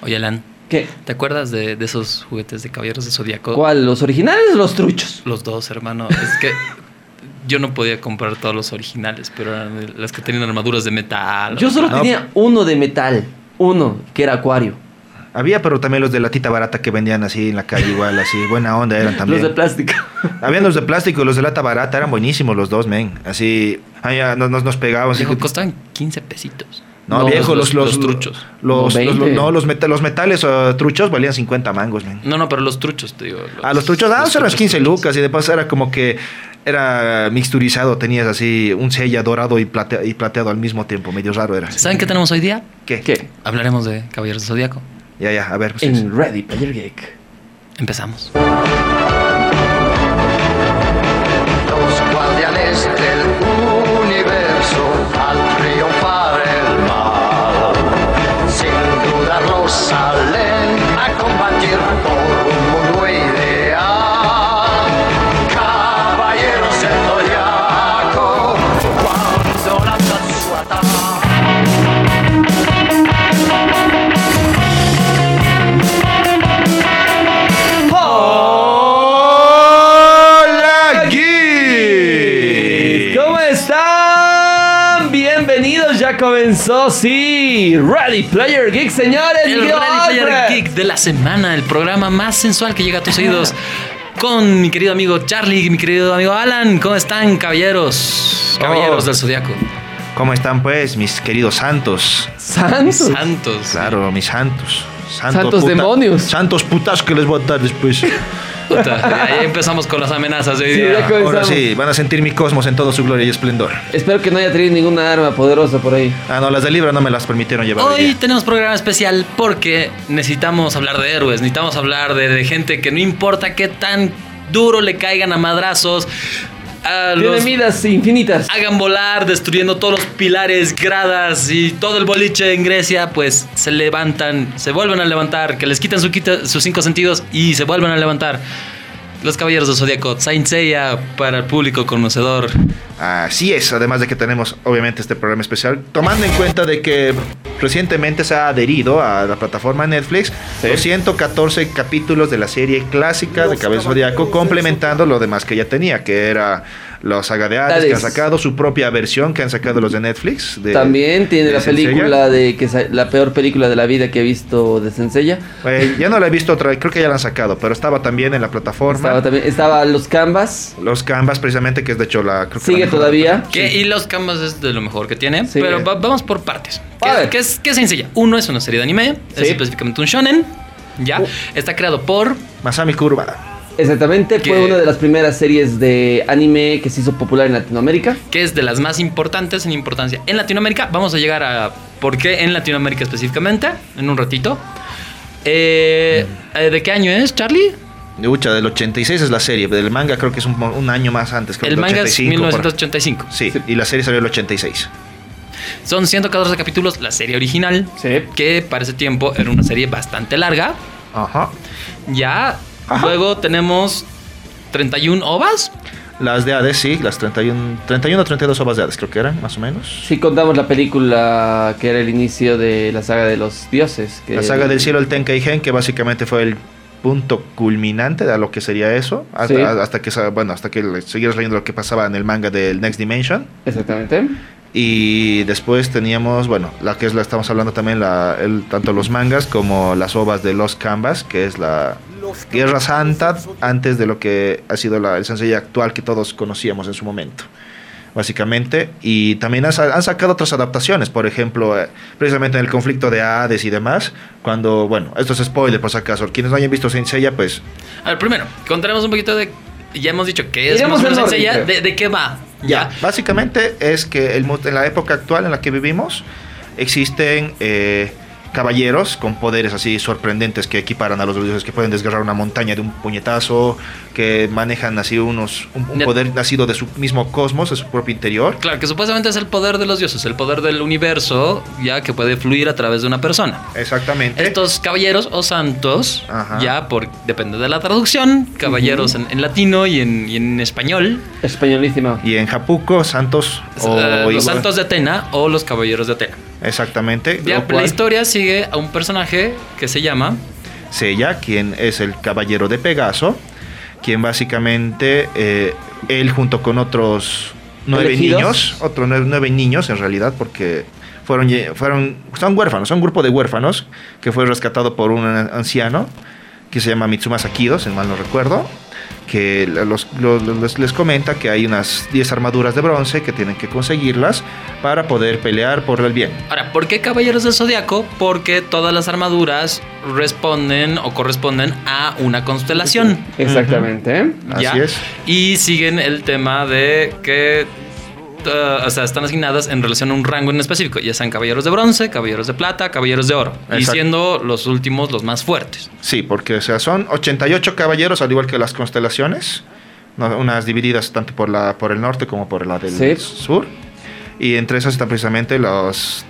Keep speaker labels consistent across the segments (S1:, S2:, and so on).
S1: Oye, Alan,
S2: ¿Qué?
S1: ¿te acuerdas de, de esos juguetes de Caballeros de Zodíaco?
S2: ¿Cuál? ¿Los originales o los truchos?
S1: Los dos, hermano. Es que yo no podía comprar todos los originales, pero eran de- las que tenían armaduras de metal.
S2: Yo solo
S1: Ah, No,
S2: tenía uno de metal. Uno, que era acuario.
S3: Había, pero también los de la tita barata que vendían así en la calle, igual, así. Buena onda eran también.
S2: Los de plástico.
S3: Habían los de plástico y los de lata barata, eran buenísimos los dos, men. Así, ah, ya, nos, nos, nos pegaban. así
S1: viejo,
S3: que-
S1: costaban 15 pesitos.
S3: no,
S1: No,
S3: viejo, los,
S1: los-
S3: los,
S1: los truchos.
S3: Los,
S2: No,
S3: los-
S2: 20.
S3: no, los, meta- los metales eh, truchos valían 50 mangos, men.
S1: No, no, pero los truchos, te digo.
S3: A los truchos, ah, son las
S1: truchos
S3: 15
S1: truchos.
S3: lucas y de paso era como que era mixturizado, tenías así un sella dorado y, plate- y plateado al mismo tiempo, medio raro era.
S1: ¿Saben qué tenemos hoy día?
S3: ¿Qué?
S2: ¿Qué?
S1: Hablaremos de Caballeros de Zodíaco.
S3: Ya, ya, a ver. pues, sí, sí.
S2: En Ready Player Geek.
S1: Empezamos.
S4: Los guardianes del universo al triunfar el mal. Sin dudarlo salen a combatir por un mundo ideal. Caballeros del Zodiaco, cuando lanzan su ataque.
S3: ¡Hola, Geek!
S2: ¿Cómo están? Bienvenidos, ya comenzó, sí. Ready Player Geek, señores.
S1: El
S2: Miguel
S1: Ready Player
S2: Alfred.
S1: Geek de la semana, el programa más sensual que llega a tus oídos. Con mi querido amigo Charlie y mi querido amigo Alan. ¿Cómo están, caballeros? Caballeros
S3: Oh.
S1: del Zodíaco.
S3: ¿Cómo están, pues, mis queridos santos?
S2: Santos.
S1: Santos.
S3: Claro, mis santos. Santos,
S2: Santos demonios. Pues
S3: Santos putas que les voy a dar después.
S1: Puta, ahí empezamos con las amenazas de hoy
S2: Sí,
S1: día.
S2: ya comenzamos.
S3: Ahora sí, van a sentir mi cosmos en toda su gloria y esplendor.
S2: Espero que no haya traído ninguna arma poderosa por ahí.
S3: Ah, no, las de Libra no me las permitieron llevar. hoy
S1: Hoy
S3: día.
S1: tenemos programa especial porque necesitamos hablar de héroes, necesitamos hablar de, de gente que no importa qué tan duro le caigan a madrazos, a
S2: Tiene
S1: los
S2: midas infinitas.
S1: hagan volar, destruyendo todos los pilares, gradas y todo el boliche en Grecia, pues se levantan, se vuelven a levantar, que les quitan su quita- sus cinco sentidos y se vuelven a levantar. Los Caballeros del Zodíaco, Saint Seiya para el público conocedor.
S3: Así es, además de que tenemos obviamente este programa especial, tomando en cuenta de que recientemente se ha adherido a la plataforma Netflix
S2: Sí.
S3: los 114 capítulos de la serie clásica de Cabeza Zodiaco, complementando lo demás que ya tenía, que era la saga de Hades, que han
S2: Hades.
S3: sacado su propia versión que han sacado los de Netflix. de-
S2: También tiene
S3: de
S2: la
S3: Saint Seiya.
S2: película de que sa- la peor película de la vida que he visto de Sencilla.
S3: Eh, ya no la he visto otra, vez, creo que ya la han sacado, pero estaba también en la plataforma.
S2: Estaba también estaba los Canvas.
S3: Los Canvas, precisamente, que es de hecho la. creo que la
S2: Sigue
S3: mejor-
S2: todavía.
S1: Que, Y los Canvas es de lo mejor que tiene,
S2: Sí.
S1: pero va- vamos por partes.
S2: A
S1: Que,
S2: ver.
S1: que es, que es sencilla. Uno es una serie de anime,
S2: Sí.
S1: es específicamente un shonen. Ya,
S2: Uh.
S1: está creado por
S3: Masami Kurubara.
S2: Exactamente,
S1: Que-
S2: fue una de las primeras series de anime que se hizo popular en Latinoamérica.
S1: que es de las más importantes en importancia en Latinoamérica. Vamos a llegar a por qué en Latinoamérica específicamente en un ratito. Eh, eh, ¿De qué año es, Charlie?
S3: Ucha, del 86 es la serie. Del manga creo que es un, un año más antes. Creo,
S1: El
S3: del
S1: manga
S3: 85,
S1: es
S3: por-
S1: 1985.
S3: Sí, y la serie salió el 86.
S1: Son 114 capítulos, la serie original,
S2: Sí.
S1: que para ese tiempo era una serie bastante larga.
S3: Ajá.
S1: Ya, luego tenemos 31 ovas.
S3: Las de Hades, sí, las 31, 31 o 32 obras de Hades, creo que eran, más o menos.
S2: Si contamos la película que era el inicio de la saga de los dioses. que-
S3: La saga del cielo, el Tenkaigen, que básicamente fue el punto culminante de lo que sería eso. Hasta,
S2: Sí.
S3: hasta que, sa- bueno, hasta que le- siguieras leyendo lo que pasaba en el manga del Next Dimension.
S2: Exactamente.
S3: Y después teníamos, bueno, la que es la estamos hablando también, la, el- tanto los mangas como las obras de los canvas, que es la Guerra Santa, antes de lo que ha sido la, el sencillo actual que todos conocíamos en su momento, básicamente. Y también han, sa- han sacado otras adaptaciones, por ejemplo, eh, precisamente en el conflicto de Hades y demás, cuando, bueno, esto es spoiler por si acaso, quienes no hayan visto Saint Seiya, pues
S1: A ver, primero, contaremos un poquito de. Ya hemos dicho que es
S2: Iremos
S1: más o menos
S2: en orden,
S1: sencilla,
S2: creo.
S1: de, de qué va.
S3: Ya,
S1: Ya.
S3: básicamente es que el, mu- en la época actual en la que vivimos existen eh, caballeros con poderes así sorprendentes que equiparan a los dioses, que pueden desgarrar una montaña de un puñetazo, que manejan así unos un, un
S1: Ya.
S3: poder nacido de su mismo cosmos, de su propio interior.
S1: Claro, que supuestamente es el poder de los dioses, el poder del universo, ya que puede fluir a través de una persona.
S3: Exactamente.
S1: Estos caballeros o santos,
S3: Ajá.
S1: ya por depende de la traducción, caballeros en, en latino y en, y en español,
S2: Españolísima.
S3: Y en Japuco, santos
S1: eh,
S3: o
S1: los
S3: igual-
S1: santos de Atena o los caballeros de Atena.
S3: Exactamente.
S1: Ya,
S3: lo cual
S1: la historia sigue a un personaje que se llama.
S3: Sella, quien es el caballero de Pegaso, quien básicamente eh, él junto con otros nueve
S2: Elegidos.
S3: niños, otros nueve, nueve niños en realidad, porque fueron, lle- fueron, son huérfanos, son un grupo de huérfanos que fue rescatado por un anciano que se llama Mitsuma Sakido, si mal no recuerdo, que la- los- los- los- les comenta que hay unas 10 armaduras de bronce que tienen que conseguirlas para poder pelear por el bien.
S1: Ahora, ¿por qué Caballeros del Zodiaco? Porque todas las armaduras responden o corresponden a una constelación.
S2: Exactamente. ¿eh?
S3: Así
S1: ¿ya?
S3: es.
S1: Y siguen el tema de que. eh, o sea, están asignadas en relación a un rango en específico, ya sean caballeros de bronce, caballeros de plata, caballeros de oro, y
S3: Exacto.
S1: siendo los últimos los más fuertes.
S3: Sí, porque o sea, son 88 caballeros, al igual que las constelaciones, ¿no? unas divididas tanto por, la, por el norte como por la del
S2: Sí.
S3: sur. Y entre esas están precisamente los...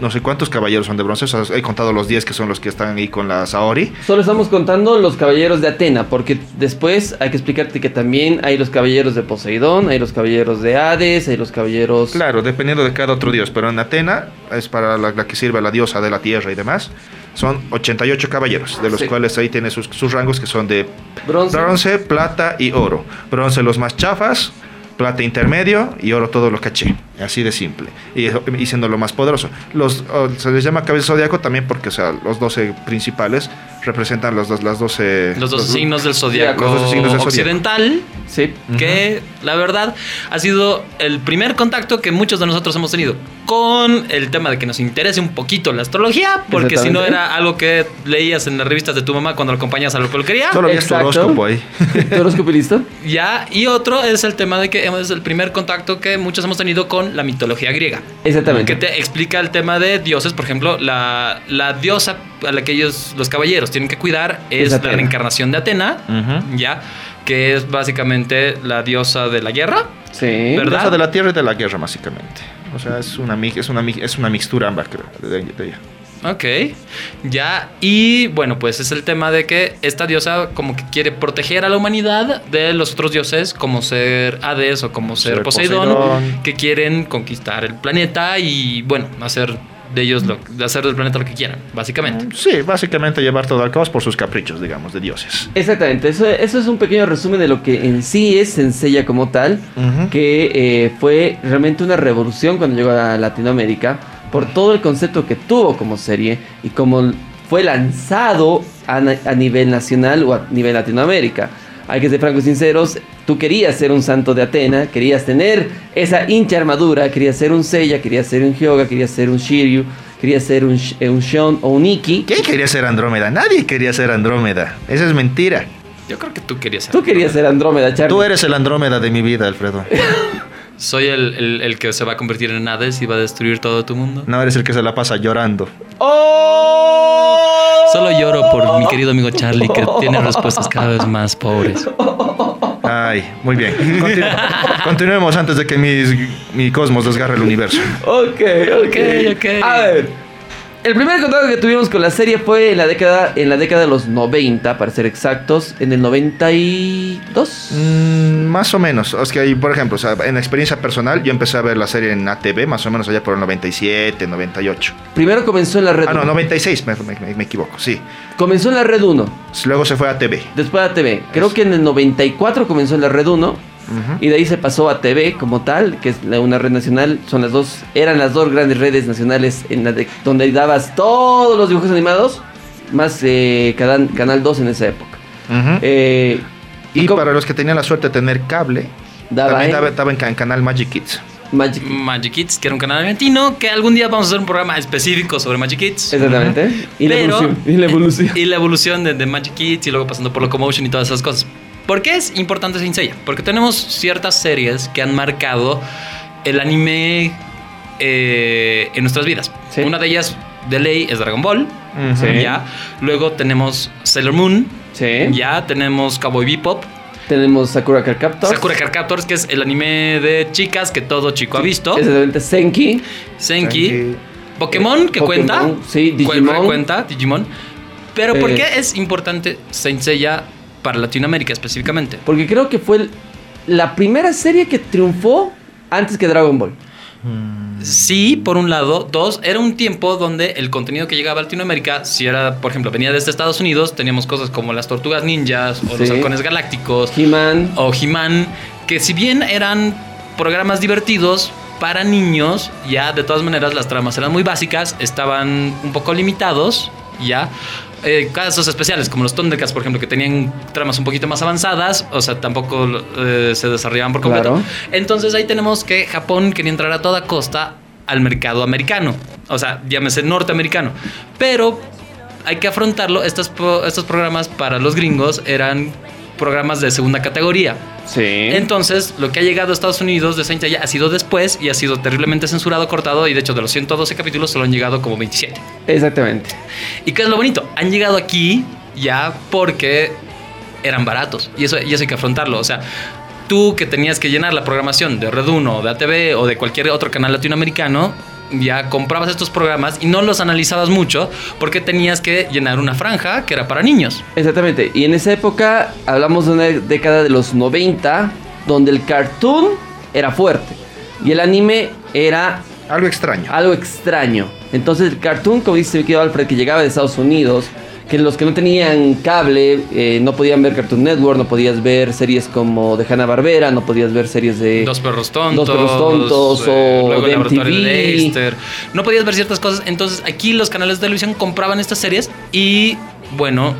S3: No sé cuántos caballeros son de bronce, o sea, he contado los 10 que son los que están ahí con la Saori.
S2: Solo estamos contando los caballeros de Atena, porque después hay que explicarte que también hay los caballeros de Poseidón, hay los caballeros de Hades, hay los caballeros...
S3: Claro, dependiendo de cada otro dios, pero en Atena es para la, la que sirve a la diosa de la tierra y demás. Son 88 caballeros, de los
S2: Sí.
S3: cuales ahí tiene sus, sus rangos que son de
S2: Bronce.
S3: bronce, plata y oro. Bronce los más chafas, plata intermedio y oro todo lo caché. Así de simple. Y, y siendo lo más poderoso. Los, o- se les llama cabeza zodiaco también porque o sea, los 12 principales representan los, dos- las 12...
S1: Los dos
S3: los-
S1: signos del
S3: Los
S1: zodiaco
S3: doce signos del zodiaco.
S1: occidental,
S2: Sí.
S1: que la verdad ha sido el primer contacto que muchos de nosotros hemos tenido con el tema de que nos interese un poquito la astrología, porque si no
S2: Exactamente.
S1: era algo que leías en las revistas de tu mamá cuando la acompañas a la peluquería.
S3: Ah, Solo había tu
S2: Exacto.
S3: horóscopo ahí.
S2: ¿Tú eres copilista?
S1: Ya, y otro es el tema de que es el primer contacto que muchos hemos tenido con la mitología griega.
S2: Exactamente.
S1: Que te explica el tema de dioses, por ejemplo, la, la diosa a la que ellos, los caballeros, tienen que cuidar
S2: Es
S1: es, la
S2: Atena.
S1: reencarnación de Atena, ya, que es básicamente la diosa de la guerra.
S2: Sí.
S1: ¿Verdad?
S3: Diosa de la tierra y de la guerra, básicamente. O sea, es una, mi- es una, mi- es una mixtura ambas, creo. de- de- de-
S1: Ok, ya, y bueno, pues es el tema de que esta diosa como que quiere proteger a la humanidad de los otros dioses, como ser Hades o como ser,
S3: Ser
S1: Poseidón,
S3: Poseidón.
S1: que quieren conquistar el planeta y bueno, hacer de ellos lo, de hacer del planeta lo que quieran, básicamente.
S3: Sí, básicamente llevar todo al caos por sus caprichos, digamos, de dioses.
S2: Exactamente, eso, eso es un pequeño resumen de lo que en sí es Sencilla como tal,
S3: Ujú.
S2: que eh, fue realmente una revolución cuando llegó a Latinoamérica por todo el concepto que tuvo como serie y como fue lanzado a, na- a nivel nacional o a nivel Latinoamérica. Hay que ser francos y sinceros, tú querías ser un santo de Atena, querías tener esa hincha armadura, querías ser un Seiya, querías ser un Hyoga, querías ser un Shiryu, querías ser un, Sh- eh, un Shon o un Iki.
S3: ¿Quién quería ser Andrómeda? Nadie quería ser Andrómeda. Esa es mentira.
S1: Yo creo que tú querías ser.
S2: Tú querías ser Andrómeda, Charlie.
S3: Tú eres el Andrómeda de mi vida, Alfredo.
S1: Soy el, el- el que se va a convertir en Hades y va a destruir todo tu mundo.
S3: No eres el que se la pasa llorando.
S2: ¡Oh!
S1: Solo lloro por mi querido amigo Charlie que tiene respuestas cada vez más pobres.
S3: Ay, muy bien. Continu- continuemos antes de que mis- mi cosmos desgarre el universo.
S2: Ok, ok,
S1: Ok, ok.
S2: A ver. El primer contacto que tuvimos con la serie fue en la década, en la década de los 90, para ser exactos, en el 92.
S3: Mm, más o menos. Es que, hay, por ejemplo, o sea, en experiencia personal, yo empecé a ver la serie en ATV, más o menos allá por el 97, 98.
S2: Primero comenzó en la red
S3: Ah,
S2: 1.
S3: no, 96, me, me- me equivoco, sí.
S2: Comenzó en la red 1,
S3: Luego se fue a TV.
S2: después a TV. Creo que en el 94 comenzó en la red 1 y de ahí se pasó a TV como tal, que es la- una red nacional. Son las dos, eran las dos grandes redes nacionales en la de- donde dabas todos los dibujos animados, más eh, Canal, Canal 2 en esa época.
S3: Ujú.
S2: Eh,
S3: y
S2: com-
S3: para los que tenían la suerte de tener cable,
S2: Daba
S3: también
S2: en-
S3: daba- ¿eh? estaba en, ca- en Canal Magic Kids.
S2: Magic
S1: Magic Kids, que era un canal argentino, que algún día vamos a hacer un programa específico sobre Magic Kids.
S2: Exactamente. Y la
S1: Pero-
S2: evolución. Y la evolución.
S1: Y la evolución de, de Magic Kids y luego pasando por Locomotion y todas esas cosas. ¿Por qué es importante Senseiya? Porque tenemos ciertas series que han marcado el anime eh, en nuestras vidas.
S2: Sí.
S1: Una de ellas de ley es Dragon Ball.
S3: Ujú.
S1: Ya. Luego tenemos Sailor Moon.
S2: Sí.
S1: Ya tenemos Cowboy Bebop.
S2: Tenemos Sakura Card Captor.
S1: Sakura Card Captors, que es el anime de chicas que todo chico ha visto.
S2: Exactamente. Senki.
S1: Senki.
S3: Senki.
S1: Pokémon que
S2: Pokémon,
S1: cuenta.
S2: sí,
S1: cu-
S2: Digimon.
S1: Cuenta, Digimon. Pero ¿por
S2: Eh.
S1: qué es importante Saint Seiya para Latinoamérica específicamente?
S2: Porque creo que fue el- la primera serie que triunfó antes que Dragon Ball.
S1: Sí, por un lado. Dos, era un tiempo donde el contenido que llegaba a Latinoamérica, si era, por ejemplo, venía desde Estados Unidos, teníamos cosas como las tortugas ninjas o los
S2: Sí.
S1: halcones galácticos
S2: He-Man.
S1: o He-Man, que si bien eran programas divertidos para niños, ya de todas maneras las tramas eran muy básicas, estaban un poco limitados, ya. Eh, casos especiales como los Thundercats, por ejemplo, que tenían tramas un poquito más avanzadas, o sea, tampoco eh, se desarrollaban por completo.
S2: Claro.
S1: Entonces ahí tenemos que Japón quería entrar a toda costa al mercado americano, o sea, llámese norteamericano. Pero hay que afrontarlo, estos, po- estos programas para los gringos eran programas de segunda categoría.
S2: Sí.
S1: Entonces, lo que ha llegado a Estados Unidos de Saint Seiya ha sido después y ha sido terriblemente censurado, cortado y de hecho de los 112 capítulos solo han llegado como 27.
S2: Exactamente.
S1: ¿Y qué es lo bonito? Han llegado aquí ya porque eran baratos. Y eso, y eso hay que afrontarlo. O sea, tú que tenías que llenar la programación de Red 1, de ATV o de cualquier otro canal latinoamericano, ya comprabas estos programas y no los analizabas mucho porque tenías que llenar una franja que era para niños.
S2: Exactamente. Y en esa época hablamos de una década de los 90 donde el cartoon era fuerte y el anime era
S3: Algo extraño.
S2: algo extraño. Entonces el cartoon, como dice mi querido Alfred, que llegaba de Estados Unidos, que los que no tenían cable eh, no podían ver Cartoon Network, no podías ver series como de Hanna Barbera, no podías ver series de...
S1: Dos perros tontos.
S2: este,
S1: eh,
S2: Dos perros tontos, o
S1: luego el
S2: de
S1: laboratorio
S2: MTV.
S1: de Dexter. No podías ver ciertas cosas. Entonces, aquí los canales de televisión compraban estas series y, bueno,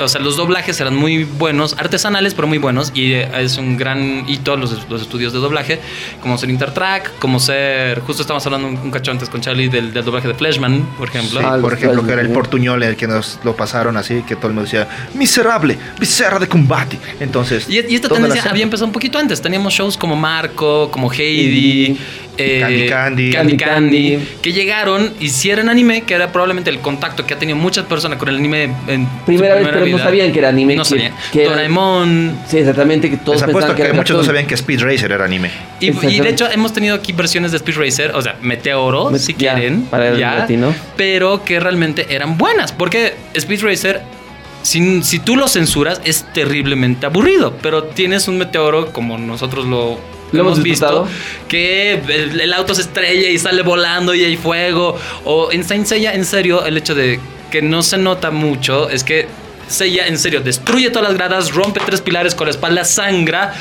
S1: o sea, los doblajes eran muy buenos, artesanales, pero muy buenos. Y eh, es un gran hito los, los estudios de doblaje, como ser Intertrack, como ser. Justo estábamos hablando un, un cacho antes con Charlie del, del doblaje de Fleshman, por ejemplo.
S3: Sí,
S2: Ah, los
S3: por ejemplo,
S2: Flash
S3: que era el
S2: también.
S3: portuñol en el que nos lo pasaron así, que todo el mundo decía, miserable, visera de combate. Entonces,
S1: Y, y esta
S3: toda la
S1: tendencia
S3: serie-
S1: había empezado un poquito antes. Teníamos shows como Marco, como Heidi,
S2: Sí.
S1: eh,
S3: Candy Candy.
S1: Candy
S2: Candy
S1: Candy, que llegaron, hicieron anime, que era probablemente el contacto que ha tenido muchas personas con el anime en su
S2: Primera vez, pero no sabían que era anime,
S1: No
S2: que-
S1: sabían.
S2: que era-
S1: Doraemon.
S2: Sí, exactamente, que todos
S3: Les apuesto
S2: pensaban que
S3: que,
S2: era
S3: muchos no
S2: cartoon.
S3: sabían que Speed Racer era anime.
S1: Y, y de
S2: Exactamente.
S1: hecho hemos tenido aquí versiones de Speed Racer, o sea, Meteoro,
S2: Met-
S1: si
S2: ya,
S1: quieren,
S2: para el
S1: ya,
S2: latino.
S1: pero que realmente eran buenas, porque Speed Racer, si, si tú lo censuras, es terriblemente aburrido, pero tienes un Meteoro como nosotros lo,
S2: Lo hemos disfrutado.
S1: que el, el auto se estrella y sale volando y hay fuego, o en Saint Seiya, en serio, el hecho de que no se nota mucho es que Seiya, en serio, destruye todas las gradas, rompe tres pilares con la espalda, sangra.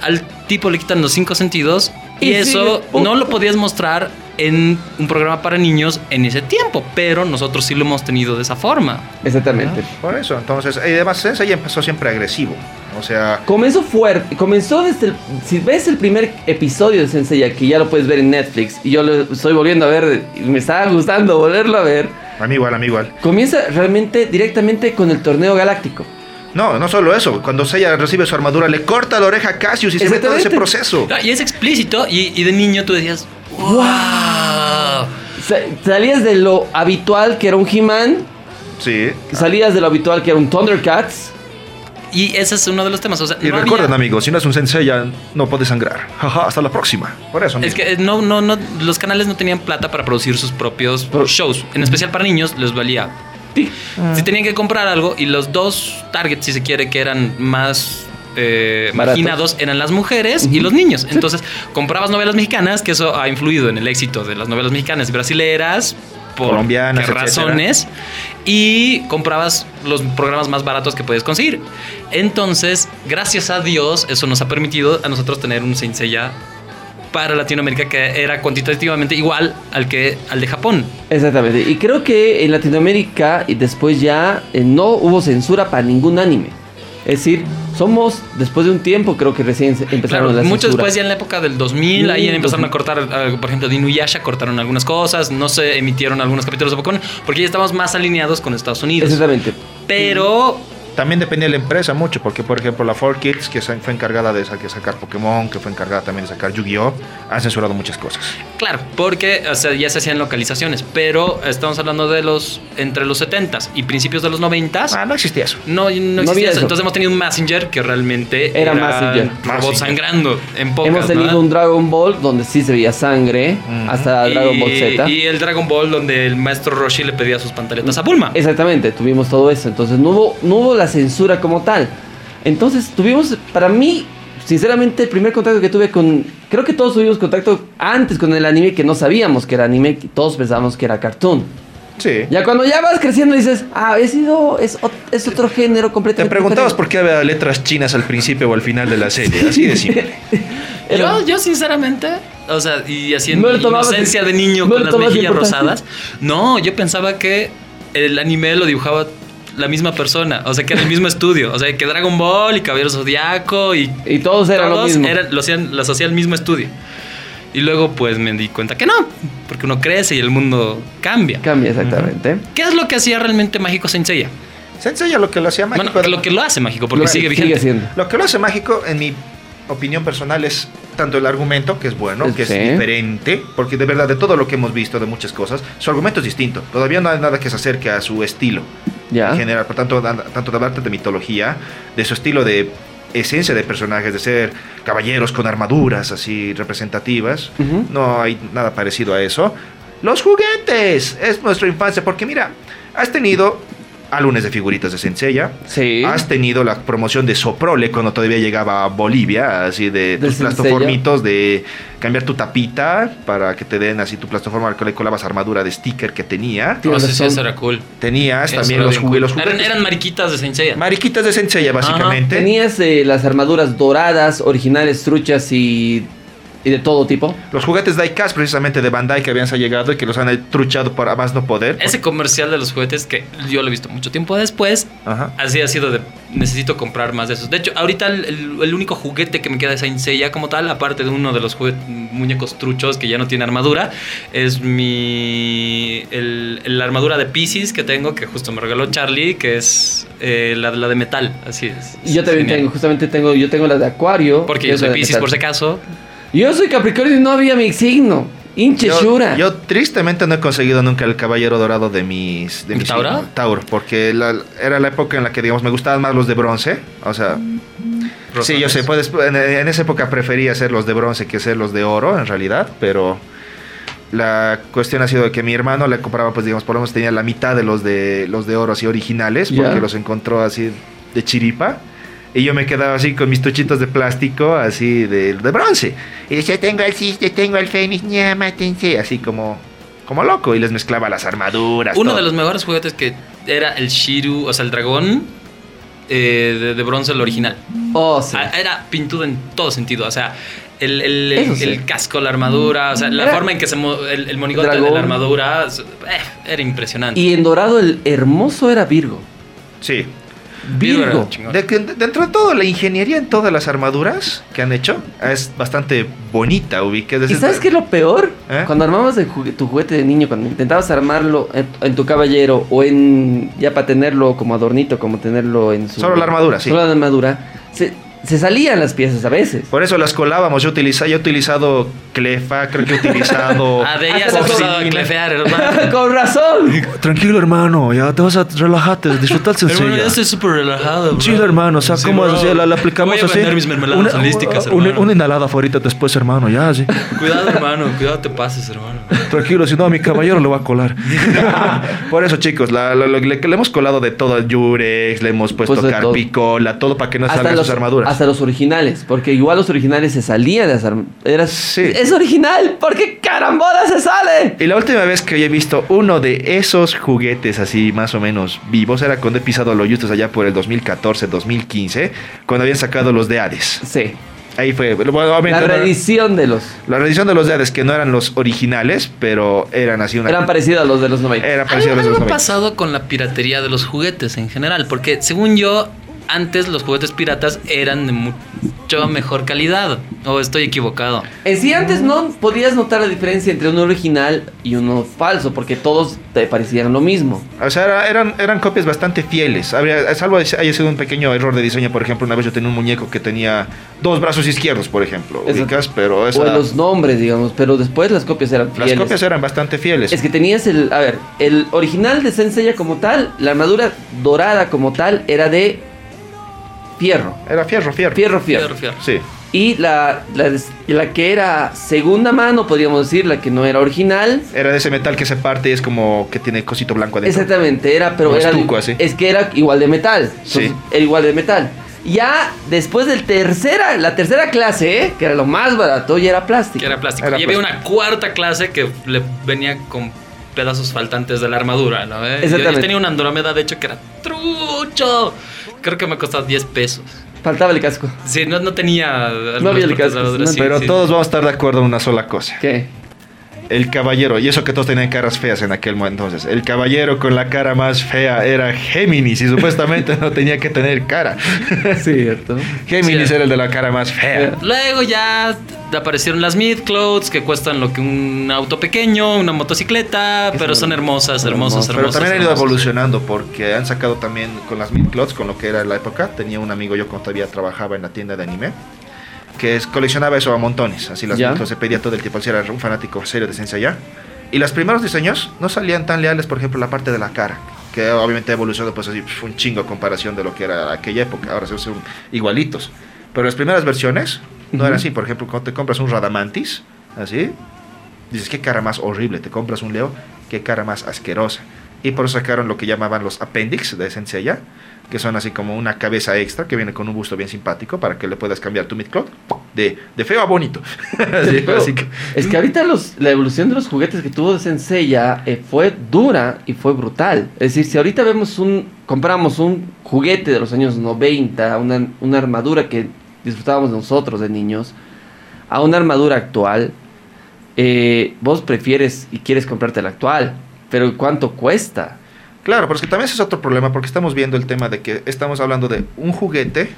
S1: Al tipo le quitan los cinco sentidos. Y,
S2: Y
S1: eso
S2: sí, o-
S1: no lo podías mostrar en un programa para niños en ese tiempo. Pero nosotros sí lo hemos tenido de esa forma.
S2: Exactamente.
S3: Ah, Por eso, entonces, y además Sensei empezó siempre agresivo. O sea,
S2: Comenzó fuerte, comenzó desde el, si ves el primer episodio de Sensei que ya lo puedes ver en Netflix y yo lo estoy volviendo a ver y me estaba gustando volverlo a ver.
S3: a mí igual, a mí igual.
S2: Comienza realmente directamente con el torneo galáctico.
S3: No, no solo eso, cuando Seiya recibe su armadura, le corta la oreja a Cassius y se ve todo ese
S2: Exactamente.
S3: proceso.
S1: Ah, Y es explícito. Y, y de niño tú decías, ¡Wow!
S2: Sa- salías de lo habitual que era un He-Man,
S3: Sí.
S2: salías de lo habitual que era un Thundercats.
S1: Y ese es uno de los temas. O sea,
S3: Y
S1: no había-
S3: recuerden, amigos, si no es un Sensei no puede sangrar. Jaja, hasta la próxima. Por eso,
S1: Es
S3: mismo.
S1: que eh, no, no, no, los canales no tenían plata para producir sus propios
S2: Pro-
S1: shows. En especial para niños les valía. Si tenían que comprar algo y los dos targets, si se quiere, que eran más eh,
S2: Baratos.
S1: marginados eran las mujeres y los niños. Entonces comprabas novelas mexicanas, que eso ha influido en el éxito de las novelas mexicanas y brasileras. Por
S3: Colombianas,
S1: qué
S3: etcétera.
S1: razones. Y comprabas los programas más baratos que podías conseguir. Entonces, gracias a Dios, eso nos ha permitido a nosotros tener un Saint Seiya para Latinoamérica que era cuantitativamente igual al que al de Japón.
S2: Exactamente. Y creo que en Latinoamérica y después ya eh, no hubo censura para ningún anime. Es decir, somos después de un tiempo creo que recién se- empezaron
S1: Claro,
S2: las
S1: mucho
S2: censuras.
S1: después ya en la época del 2000 ahí
S2: Mm,
S1: empezaron a
S2: 2000.
S1: cortar, eh, por ejemplo, de Inuyasha cortaron algunas cosas, no se emitieron algunos capítulos de Pokémon porque ya estamos más alineados con Estados Unidos.
S2: Exactamente.
S1: Pero
S3: También dependía de la empresa mucho, porque por ejemplo la 4Kids, que se- fue encargada de sa- que sacar Pokémon, que fue encargada también de sacar Yu-Gi-Oh!, ha censurado muchas cosas.
S1: Claro, porque o sea, ya se hacían localizaciones, pero estamos hablando de los entre los 70s y principios de los 90s.
S3: Ah, no existía eso.
S1: No, no existía
S2: había
S1: eso.
S2: eso.
S1: Entonces hemos tenido un Messenger que realmente
S2: Era Messenger.
S1: Robot
S3: Messenger.
S1: sangrando en pocas,
S2: Hemos tenido
S1: ¿no?
S2: un Dragon Ball donde sí se veía sangre,
S3: Ujú.
S2: hasta
S1: Y-
S2: Dragon Ball Z.
S1: Y el Dragon Ball donde el maestro Roshi le pedía sus pantaletas a Bulma.
S2: Exactamente, tuvimos todo eso. Entonces no hubo, no hubo la censura como tal. Entonces tuvimos, para mí, sinceramente, el primer contacto que tuve con Creo que todos tuvimos contacto antes con el anime que no sabíamos que era anime, que todos pensábamos que era cartoon.
S3: Sí.
S2: Ya cuando ya vas creciendo dices, ah, he sido, es, ot- es otro género
S3: Te
S2: completamente.
S3: preguntabas
S2: diferente".
S3: por qué había letras chinas al principio o al final de la serie. Así de simple.
S2: Era-
S1: Yo, yo sinceramente, o sea, y haciendo
S2: No le tomabas-
S1: inocencia de niño
S2: no
S1: con
S2: le
S1: las
S2: tomabas
S1: mejillas
S2: importancia.
S1: rosadas, no, yo pensaba que el anime lo dibujaba la misma persona, o sea, que era el mismo estudio, o sea, que Dragon Ball y Caballero Zodiaco y
S2: Y todos eran lo
S1: todos
S2: mismo.
S1: eran- lo, hacían, lo hacía el mismo estudio. Y luego pues me di cuenta que no, porque uno crece y el mundo cambia.
S2: Cambia exactamente.
S1: ¿Qué es lo que hacía realmente Mágico Sensei?
S3: Se enseña lo que lo hacía mágico.
S1: Bueno, lo que lo hace Mágico, porque
S2: Lo-
S1: sigue vigente.
S2: siendo.
S3: Lo que lo hace mágico, en mi opinión personal, es tanto el argumento, que es bueno, que
S2: Sí.
S3: es diferente, porque de verdad, de todo lo que hemos visto, de muchas cosas, su argumento es distinto. Todavía no hay nada que se acerque a su estilo
S2: Ya.
S3: en general. Por tanto, dan- tanto de hablarte de mitología, de su estilo de esencia de personajes, de ser caballeros con armaduras así representativas.
S2: Ujú.
S3: No hay nada parecido a eso. Los juguetes es nuestra infancia, porque mira, has tenido álbumes de figuritas de Sencilla,
S2: Sí.
S3: Has tenido la promoción de Soprole cuando todavía llegaba a Bolivia, así
S2: De
S3: de, tus
S2: sencilla.
S3: plastoformitos, de cambiar tu tapita para que te den así tu plastoforma al que le colabas armadura de sticker que tenía.
S2: Tienes
S1: No sé si
S2: razón.
S1: Oh, eso era cool.
S3: Tenías
S1: Eso
S3: Ah, también
S1: era
S3: los,
S1: bien
S3: jugu-
S1: cool.
S3: los
S1: Eran,
S3: juguetes.
S1: eran mariquitas de Sensei.
S3: Mariquitas de Sencilla, básicamente.
S2: Tenías eh, las armaduras doradas, originales, truchas y, y de todo tipo.
S3: Los juguetes Diecast, precisamente de Bandai, que habían llegado y que los han eh, truchado para más no poder.
S1: Ese comercial de los juguetes que yo lo he visto mucho tiempo después,
S3: Ajá.
S1: así ha sido de necesito comprar más de esos. De hecho, ahorita el, el- el único juguete que me queda de Saint Seiya como tal, aparte de uno de los jugue- muñecos truchos que ya no tiene armadura, es mi el, el- la armadura de Pisces que tengo que justo me regaló Charlie, que es eh, la, la de metal, así es.
S2: Y Yo también
S1: Genial.
S2: tengo, justamente tengo, yo tengo la de Acuario.
S1: porque
S2: que
S1: yo
S2: es la
S1: soy
S2: de
S1: Pisces
S2: metal.
S1: por si acaso.
S2: Yo soy Capricornio y no había mi signo. Hinche
S3: Yo,
S2: Shura.
S3: yo tristemente no he conseguido nunca el caballero dorado de mis... De
S1: ¿El
S3: mis
S1: Tauro?
S3: Tauro, porque la- era la época en la que, digamos, me gustaban más los de bronce. O sea, Sí, yo sé, puedes, en, en esa época prefería hacer los de bronce que hacer los de oro, en realidad, pero la cuestión ha sido de que mi hermano le compraba, pues digamos, por lo menos tenía la mitad de los de los de oro así originales,
S2: Ya.
S3: porque los encontró así de chiripa. Y yo me quedaba así con mis tuchitos de plástico, así de, de bronce. Y decía, tengo el cisne, tengo el fénix, ñamatense", así como, como loco. Y les mezclaba las armaduras.
S1: Uno
S3: todo.
S1: de los mejores juguetes que era el Shiru, o sea, el dragón eh, de, de bronce, el original.
S2: Oh, sí.
S1: Ah, Era pintudo en todo sentido, o sea, el, el- el-
S2: Eso sí.
S1: el casco, la armadura, o sea, la
S2: Era-
S1: forma en que se mo- el, el monigote de
S2: Dragón.
S1: la armadura, s- eh, era impresionante.
S2: Y en dorado el hermoso era Virgo.
S3: Sí.
S1: Virgo era
S2: Virgo.
S1: chingón.
S3: De que dentro de todo, la ingeniería en todas las armaduras que han hecho es bastante bonita, ubique.
S2: ¿Y sabes qué es lo peor?
S3: ¿Eh?
S2: Cuando armabas el jugu- tu juguete de niño, cuando intentabas armarlo en, en tu caballero o en. ya para tenerlo como adornito, como tenerlo en su.
S3: Solo la armadura, sí.
S2: Solo la armadura. Se, se salían las piezas a veces.
S3: Por eso las colábamos. Yo, utiliza, yo he utilizado Clefa, creo que he utilizado.
S1: Ah, de ella se
S2: Hasta
S1: ha
S2: todo-
S1: empezado a
S3: Cocina.
S1: clefear, hermano.
S2: ¡Con razón!
S5: Tranquilo, hermano, ya te vas a relajarte, disfrutar
S1: Hermano,
S5: sencilla.
S1: yo estoy súper relajado, bro.
S5: Chido, hermano, o sea,
S1: Sí,
S5: ¿cómo
S1: bro.
S5: así? La, la aplicamos
S1: Voy a
S5: así.
S1: vender mis mermeladas holísticas,
S5: una-
S1: hermano.
S5: una inhalada favorita después, hermano, ya, sí.
S1: Cuidado, hermano, cuidado te pases, hermano.
S5: Tranquilo, si no, a mi caballero le va a colar.
S3: Por eso, chicos, la- la- lo- le, le hemos colado de todo al Yurex, le hemos puesto
S2: Pues de todo.
S3: carpicola, todo para que no salgan sus armaduras.
S2: hasta los originales, porque igual los originales se salían de las armaduras.
S3: Sí.
S2: Es original, porque carambola se sale.
S3: Y la última vez que yo he visto uno de esos juguetes así más o menos vivos era cuando he pisado los Justos allá por el 2014-2015, cuando habían sacado los de Hades.
S2: Sí.
S3: Ahí fue. Bueno, obviamente
S2: La
S3: no era-
S2: reedición de los.
S3: la reedición de los de Hades, que no eran los originales, pero eran así una...
S2: Eran parecidos a los de los 90.
S3: era
S1: Algo,
S3: parecido a los de los
S1: algo ha
S3: 90.
S1: pasado con la piratería de los juguetes en general, porque según yo, antes los juguetes piratas eran de mucho mejor calidad. ¿O estoy equivocado?
S2: En sí, Eh, antes no podías notar la diferencia entre uno original y uno falso, porque todos te parecían lo mismo.
S3: O sea, era- eran, eran copias bastante fieles. Habría, salvo haya sido un pequeño error de diseño, por ejemplo, una vez yo tenía un muñeco que tenía dos brazos izquierdos, por ejemplo.
S2: Eso-
S3: ubicas, pero
S2: O en
S3: esa-
S2: los nombres, digamos, pero después las copias eran
S3: Pues, ah, las
S2: fieles.
S3: copias eran bastante fieles.
S2: Es que tenías el, a ver, el original de Senseiya como tal, la armadura dorada como tal era de fierro,
S3: Era fierro, fierro.
S2: fierro, fierro.
S1: Fierro, fierro.
S3: Sí.
S2: Y la, la, des- la que era segunda mano, podríamos decir, la que no era original,
S3: Era de ese metal que se parte y es como que tiene cosito blanco adentro.
S2: Exactamente, era, pero
S3: Como
S2: era.
S3: estuco, así.
S2: Es que era igual de metal.
S3: Sí.
S2: Entonces, Era igual de metal. Ya después del tercera, la tercera clase, ¿eh? que era lo más barato, ya era plástico.
S1: Que era plástico.
S3: Era
S1: y había
S3: plástico.
S1: una cuarta clase que le venía con pedazos faltantes de la armadura, ¿no? Eh, yo- Yo,
S2: Exactamente.
S1: tenía una Andrómeda, de hecho, que era trucho. Creo que me costaba 10 pesos.
S2: Faltaba el casco.
S1: Sí, no, no tenía... algunas
S2: había el
S1: partes de la
S2: casco,
S1: armadura,
S2: no,
S1: sí,
S3: Pero
S1: sí.
S3: todos vamos a estar de acuerdo en una sola cosa.
S2: ¿Qué?
S3: El caballero, y eso que todos tenían caras feas en aquel momento entonces. El caballero con la cara más fea era Géminis y supuestamente no tenía que tener cara.
S2: Cierto.
S3: Géminis
S1: Sí.
S3: era el de la cara más fea.
S1: Luego ya aparecieron las midclothes que cuestan lo que un auto pequeño, una motocicleta, pero son hermosas, hermosas,
S3: Pero
S1: hermosas.
S3: también han ido
S1: hermosas.
S3: evolucionando porque han sacado también con las midcloths, con lo que era la época. Tenía un amigo yo cuando todavía trabajaba en la tienda de anime que es- coleccionaba eso a montones. Así las
S2: Ya.
S3: midcloths se pedía todo el tiempo. Así era un fanático serio de Sensei ya. Y los primeros diseños no salían tan leales, por ejemplo, la parte de la cara, que obviamente ha evolucionado pues así pf, un chingo a comparación de lo que era aquella época. Ahora se usan igualitos. Pero las primeras versiones no
S2: Ujú.
S3: eran así. Por ejemplo, cuando te compras un Radamantis, así, Dices, qué cara más horrible. Te compras un Leo, qué cara más asquerosa. Y por eso sacaron lo que llamaban los appendix de Senseiya, que son así como una cabeza extra que viene con un busto bien simpático para que le puedas cambiar tu midcloth de, de feo a bonito. Así-
S2: Pero,
S3: así que-
S2: Es que ahorita los, la evolución de los juguetes que tuvo Sensei ya eh, fue dura y fue brutal. Es decir, si ahorita vemos un, compramos un juguete de los años 90, una, una armadura que disfrutábamos nosotros de niños, a una armadura actual, eh, vos prefieres y quieres comprarte la actual, pero ¿cuánto cuesta?
S3: Claro, pero es que también ese es otro problema porque estamos viendo el tema de que estamos hablando de un juguete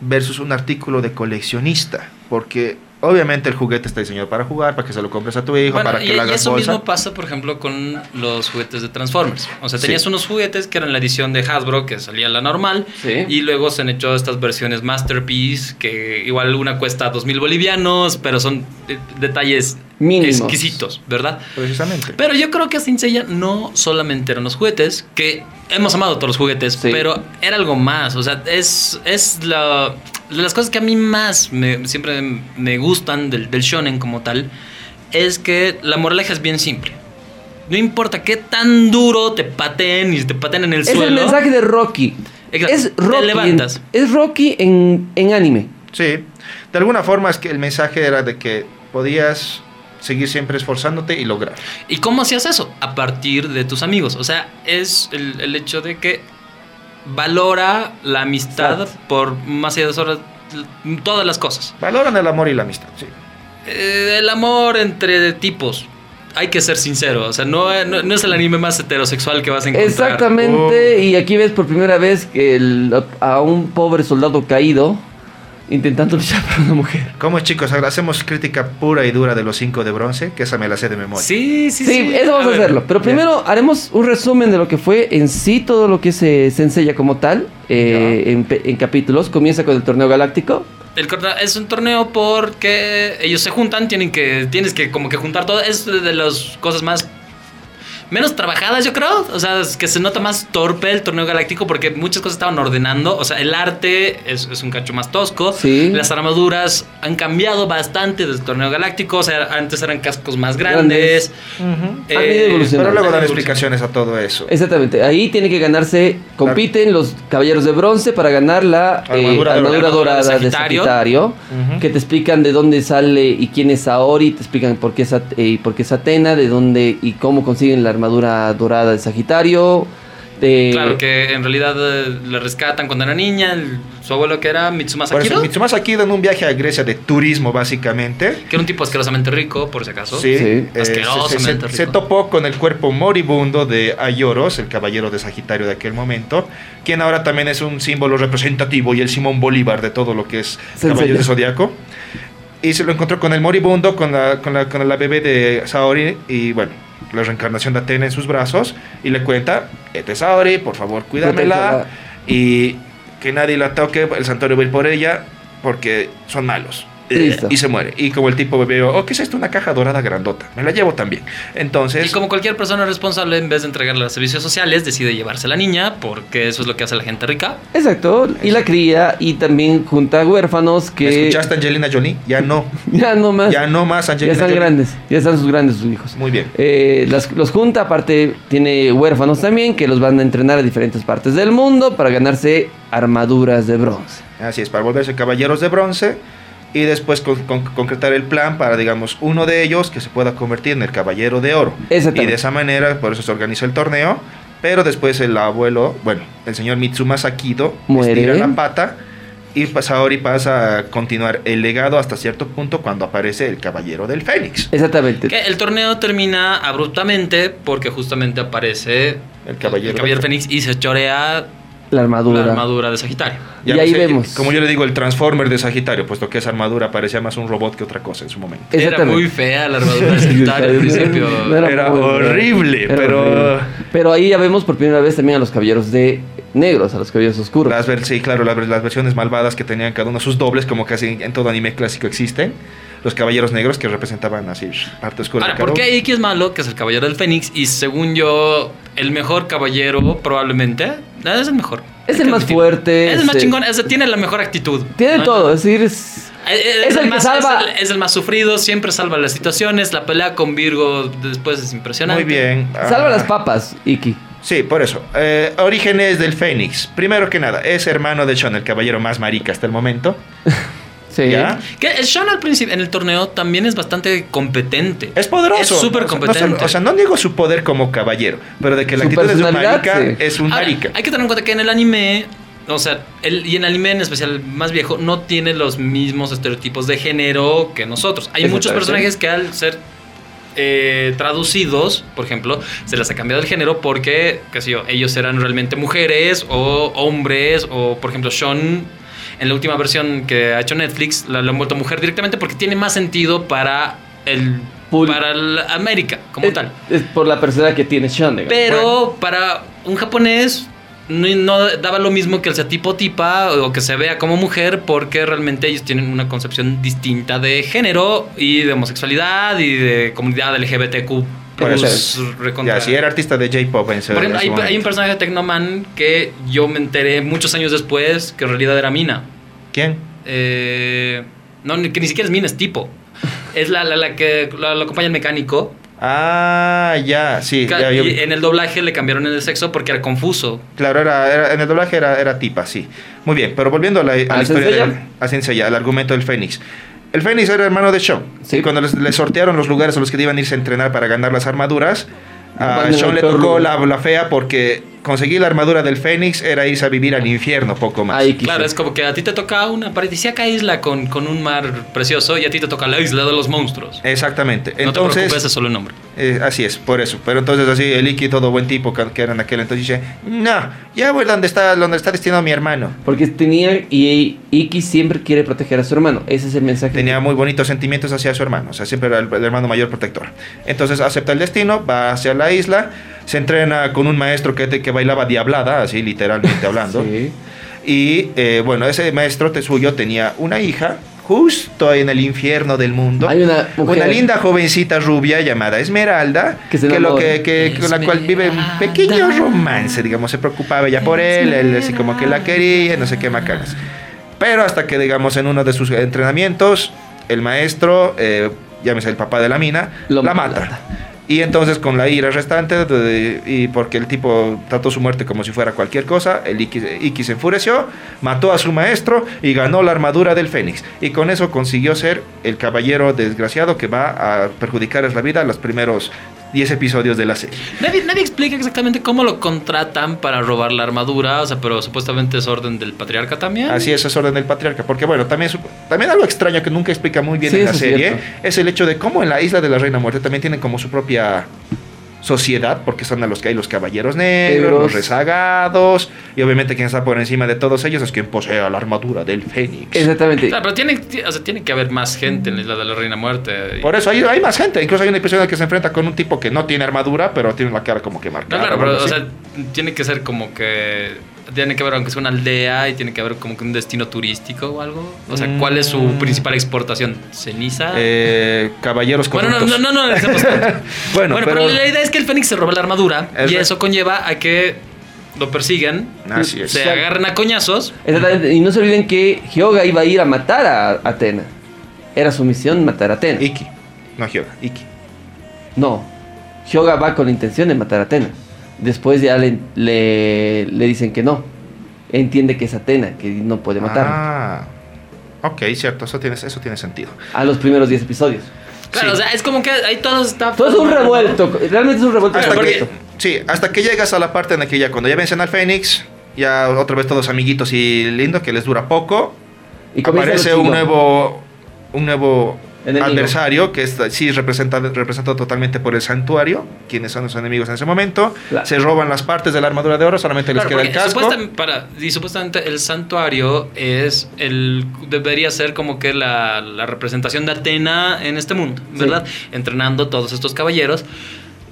S3: versus un artículo de coleccionista. Porque obviamente el juguete está diseñado para jugar, para que se lo compres a tu hijo,
S1: Bueno,
S3: para que
S1: y,
S3: le
S1: y
S3: hagas
S1: eso
S3: bolsa.
S1: mismo pasa, por ejemplo, con los juguetes de Transformers. O sea,
S3: Sí.
S1: tenías unos juguetes que eran la edición de Hasbro, que salía la normal,
S2: Sí.
S1: y luego se han hecho estas versiones Masterpiece, que igual una cuesta 2.000 bolivianos, pero son eh, detalles
S2: Mínimos.
S1: exquisitos, ¿verdad?
S3: Precisamente.
S1: Pero yo creo que Saint Seiya no solamente eran los juguetes, que hemos amado todos los juguetes,
S2: Sí.
S1: pero era algo más. O sea, es, es la, de las cosas que a mí más me- siempre me gustan del, del shonen como tal, es que la moraleja es bien simple. No importa qué tan duro te pateen y te pateen en el
S2: Es
S1: suelo.
S2: el mensaje de Rocky.
S1: Exacto.
S2: Es
S1: Te
S2: Rocky,
S1: levantas.
S2: En, es Rocky en, en anime.
S3: Sí, de alguna forma es que el mensaje era de que podías seguir siempre esforzándote y lograr.
S1: ¿Y cómo hacías eso? A partir de tus amigos. O sea, es el, el hecho de que valora la amistad
S2: Exacto.
S1: por más allá de las horas, todas las cosas.
S3: Valoran el amor y la amistad, sí.
S1: Eh, el amor entre tipos. Hay que ser sincero. O sea, no, no- no es el anime más heterosexual que vas a encontrar. Oh.
S2: Exactamente, y aquí ves por primera vez que el- a un pobre soldado caído intentando luchar para una mujer.
S3: ¿Cómo chicos? Ahora hacemos crítica pura y dura de los cinco de bronce, que esa me la sé de memoria.
S1: Sí, sí,
S2: Sí,
S1: sí.
S2: eso vamos a,
S1: ver.
S2: hacerlo. Pero primero haremos un resumen de lo que fue en sí todo lo que es eh, Sensei ya como tal, eh, en, pe- en capítulos. Comienza con el torneo galáctico.
S1: El corta- es un torneo porque ellos se juntan, tienen que, tienes que como que juntar todo. Es de las cosas más menos trabajadas, yo creo. O sea, es que se nota más torpe el torneo galáctico porque muchas cosas estaban ordenando. O sea, el arte es, es un cacho más tosco.
S2: Sí.
S1: Las armaduras han cambiado bastante del torneo galáctico. O sea, antes eran cascos más grandes. Eh,
S2: Grandes. Han ido evolucionando.
S3: Pero luego dan
S1: Sí.
S3: explicaciones a todo eso.
S2: Exactamente, ahí tiene que ganarse, compiten los caballeros de bronce para ganar la eh, armadura,
S3: Armadura
S2: dorada
S3: dorada.
S1: Armadura de
S2: de
S1: Sagitario.
S2: Sagitario, que te explican de dónde sale y quién es Saori, te explican por qué es, At- eh, y por qué es Atena, de dónde y cómo consiguen la armadura dorada de Sagitario. de-
S1: Claro, que en realidad eh, le rescatan cuando era niña. el- su abuelo que era Mitsumasa
S3: Por eso,
S1: Kiro,
S3: Mitsumasa Kido en un viaje a Grecia de turismo, básicamente.
S1: que era un tipo asquerosamente rico, por si acaso.
S3: Sí,
S2: Sí.
S3: eh, se- se, se-
S1: Asquerosamente
S3: se
S1: rico.
S3: topó con el cuerpo moribundo de Ayoros, el caballero de Sagitario de aquel momento, quien ahora también es un símbolo representativo y el Simón Bolívar de todo lo que es
S2: Sensei.
S3: Caballeros de Zodiaco. Y se lo encontró con el moribundo, con la, con la, con la bebé de Saori y bueno, la reencarnación de Atena en sus brazos y le cuenta, este es Saori, por favor, cuídamela
S2: Protégela.
S3: y que nadie la toque, el santuario va a ir por ella porque son malos.
S2: Listo.
S3: Y se muere. Y como el tipo veo, oh, ¿qué es esto? Una caja dorada grandota. Me la llevo también. Entonces.
S1: Y como cualquier persona responsable, en vez de entregarle a los servicios sociales, decide llevarse a la niña, porque eso es lo que hace la gente rica.
S2: Exacto, y la cría y también junta huérfanos
S3: ¿me
S2: que
S3: ¿Escuchaste Angelina Jolie? Ya no.
S2: ya no más,
S3: Ya no más
S2: ya
S3: Angelina
S2: están
S3: Jolie.
S2: grandes, ya están sus grandes sus hijos.
S3: Muy bien.
S2: Eh, las- los junta, aparte tiene huérfanos también que los van a entrenar a diferentes partes del mundo para ganarse armaduras de bronce.
S3: Así es, para volverse caballeros de bronce y después con- con- concretar el plan para, digamos, uno de ellos que se pueda convertir en el caballero de oro.
S2: Exactamente.
S3: Y de esa manera, por eso se organiza el torneo. Pero después el abuelo, bueno, el señor Mitsuma Sakido,
S2: Muere.
S3: estira la pata y Pasaori pasa a continuar el legado hasta cierto punto cuando aparece el caballero del Fénix.
S2: Exactamente.
S1: Que el torneo termina abruptamente porque justamente aparece
S3: El caballero.
S1: Fénix y se chorea
S2: La armadura.
S1: la armadura de Sagitario.
S2: Y
S3: no
S2: ahí vemos.
S3: Como yo le digo, el Transformer de Sagitario, puesto que esa armadura parecía más un robot que otra cosa en su momento.
S1: Era
S2: Exactamente.
S1: muy fea la armadura de Sagitario al principio.
S2: No
S3: Era
S2: muy buena.
S3: horrible, pero-
S2: Pero ahí ya vemos por primera vez también a los caballeros de negros, a los caballeros oscuros.
S3: Las ver- sí, claro, las, ver- las versiones malvadas que tenían cada uno sus dobles, como casi en todo anime clásico existen. Los caballeros negros que representaban así parte oscura. de
S1: Ahora,
S3: cada
S1: ¿por
S3: uno.
S1: qué Iki es malo? Que es el caballero del Fénix y según yo, el mejor caballero probablemente eh, es el mejor.
S2: Es
S1: Hay
S2: el
S1: que
S2: más
S1: admitirlo.
S2: fuerte,
S1: Es el más
S2: es-
S1: chingón, es- tiene la mejor actitud.
S2: Tiene
S1: ¿no?
S2: todo, es decir, es...
S1: Eh, eh,
S2: Es el que
S1: más,
S2: salva.
S1: Es el, es el más sufrido, siempre salva las situaciones. La pelea con Virgo después es impresionante.
S3: Muy bien.
S2: Salva
S3: ah,
S2: las papas, Iki.
S3: Sí, por eso. Eh, orígenes del Fénix. Primero que nada, es hermano de Sean, el caballero más marica hasta el momento.
S2: Sí.
S3: ¿Ya?
S1: Que el Sean al principio en el torneo también es bastante competente.
S3: Es poderoso.
S1: Es súper
S3: O sea, no
S1: competente.
S3: solo- O sea, no niego su poder como caballero, pero de que la
S2: Su
S3: actitud es de un
S2: personalidad,
S3: marica,
S2: sí.
S3: es un
S1: Ahora,
S3: marica.
S1: hay que tener en cuenta que en el anime, o sea, el, y en el anime en especial más viejo, no tiene los mismos estereotipos de género que nosotros. Hay muchos
S2: Exactamente.
S1: personajes que al ser eh, traducidos, por ejemplo, se les ha cambiado el género porque, qué sé yo, ellos eran realmente mujeres o hombres o, por ejemplo, Sean. En la última versión que ha hecho Netflix, la, la han vuelto mujer directamente porque tiene más sentido para el
S2: Pul-
S1: para el América como
S2: es,
S1: tal.
S2: es por la persona que tiene Sean. digamos.
S1: Pero para un japonés no, no daba lo mismo que el tipo tipa o que se vea como mujer porque realmente ellos tienen una concepción distinta de género y de homosexualidad y de comunidad LGBTQ.
S3: Por
S1: plus,
S3: eso.
S1: Pues, recontra.
S3: Ya, sí, era artista de J-pop en ese-
S1: Por
S3: en
S1: ejemplo,
S3: su
S1: hay, hay un
S3: momento.
S1: personaje de Tecnoman que yo me enteré muchos años después que en realidad era Mina.
S3: ¿Quién?
S1: Eh, no, ni- que ni siquiera es Mina, es tipo. Es la, la, la que la, la acompaña el mecánico.
S3: Ah, ya, sí.
S1: Ca-
S3: ya, yo-
S1: y en el doblaje le cambiaron el sexo porque era confuso.
S3: Claro, era, era- en el doblaje era, era tipa, sí. Muy bien, pero volviendo a la, a la
S2: ¿Al
S3: historia
S2: Senseiya?
S3: del, a Senseiya, al argumento del Fénix. El Fénix era hermano de Sean.
S2: Sí.
S3: Y cuando les- le sortearon los lugares a los que iban a irse a entrenar para ganar las armaduras, a
S2: Van en
S3: Sean
S2: el
S3: le
S2: peor
S3: tocó la,
S2: lugar.
S3: la fea porque conseguir la armadura del Fénix era irse a vivir al infierno, poco más.
S2: Ahí, Iki,
S1: Claro,
S2: sí.
S1: es como que a ti te toca una paradisíaca isla con, con un mar precioso y a ti te toca la isla de los monstruos.
S3: Exactamente.
S1: no te
S3: Entonces,
S1: preocupes, es solo el nombre.
S3: Eh, así es, por eso. Pero entonces así el Iki, todo buen tipo que que era en aquel entonces, dice, no, ya voy donde está, donde está destinado mi hermano.
S2: Porque tenía... Y Iki siempre quiere proteger a su hermano. Ese es el mensaje.
S3: Tenía muy bonitos sentimientos hacia su hermano, o sea, siempre era el, el hermano mayor protector. Entonces acepta el destino, va hacia la isla, se entrena con un maestro que, te- que bailaba diablada, así literalmente hablando.
S2: Sí.
S3: Y eh, bueno, ese maestro te- suyo tenía una hija justo en el infierno del mundo.
S2: Hay una mujer-
S3: Una linda jovencita rubia llamada Esmeralda,
S2: Que
S3: que,
S2: se
S3: lo
S2: enamora.
S3: que, que- con la cual vive un pequeño
S1: Esmeralda.
S3: romance, digamos, se preocupaba ya por él, él así como que la quería, no sé qué macanas. Pero hasta que, digamos, en uno de sus entrenamientos, el maestro, eh, llámese el papá de la mina,
S2: Lo
S3: la
S2: mata.
S3: mata. Y entonces con la ira restante, de- y porque el tipo trató su muerte como si fuera cualquier cosa, el Iki, Iki se enfureció, mató a su maestro y ganó la armadura del Fénix. Y con eso consiguió ser el caballero desgraciado que va a perjudicarles la vida a los primeros 10 episodios de la serie.
S1: Nadie, nadie explica exactamente cómo lo contratan para robar la armadura, o sea, pero supuestamente es orden del patriarca también.
S3: Así es, es orden del patriarca. Porque bueno, también, su- también algo extraño que nunca explica muy bien
S2: Sí,
S3: en la
S2: eso es
S3: serie
S2: cierto.
S3: es el hecho de cómo en la isla de la Reina Muerte también tienen como su propia sociedad, porque están a los que hay los caballeros negros,
S2: Negros.
S3: los rezagados, y obviamente quien está por encima de todos ellos es quien posea la armadura del Fénix.
S1: O
S2: Exactamente.
S1: sea, pero tiene, ti- o sea, tiene que haber más gente en la isla de la Reina Muerte.
S3: Por eso hay, hay más gente, incluso hay una episodio en el que se enfrenta con un tipo que no tiene armadura, pero tiene la cara como que
S1: No,
S3: marcada.
S1: claro,
S3: o
S1: pero
S3: algo
S1: o
S3: así.
S1: sea, tiene que ser como que tiene que ver aunque es una aldea y tiene que haber como que un destino turístico o algo. O sea, ¿cuál es su principal exportación? ¿Ceniza?
S3: Eh, caballeros
S1: bueno, no,
S3: corruptos.
S1: no, no, no, no hacemos tanto.
S3: Bueno, pero-
S1: la idea es que el Fénix se roba la armadura
S3: Es
S1: y
S3: ver-
S1: eso conlleva a que lo persigan,
S3: Así es.
S1: se agarren a coñazos.
S2: Exactamente, Y no se olviden que Hyoga iba a ir a matar a Atena. Era su misión matar a Atena.
S3: Iki. No, Hyoga, Iki.
S2: No, Hyoga va con la intención de matar a Atena. Después ya le, le- le dicen que no. Entiende que es Atena, que no puede matarlo.
S3: Ah, ok, cierto, eso tiene, eso tiene sentido.
S2: A los primeros 10 episodios.
S1: Claro,
S3: Sí.
S1: o sea, es como que ahí todo está...
S2: Todo es un revuelto, realmente es un revuelto.
S3: Hasta que,
S2: completo.
S3: sí, hasta que llegas a la parte en la que ya cuando ya vencen al Fénix, ya otra vez todos amiguitos y lindo, que les dura poco,
S2: Y comienza lo
S3: aparece
S2: chingón.
S3: un nuevo, un nuevo
S2: Enemigo.
S3: adversario que está, sí representa, representado totalmente por el santuario, quienes son los enemigos en ese momento.
S2: Claro.
S3: Se roban las partes de la armadura de oro, solamente
S1: Claro,
S3: les queda el
S1: porque
S3: casco.
S1: supuestam- para- y supuestamente el santuario es el debería ser como que la, la representación de Atena en este mundo, ¿verdad? Entrenando todos estos caballeros.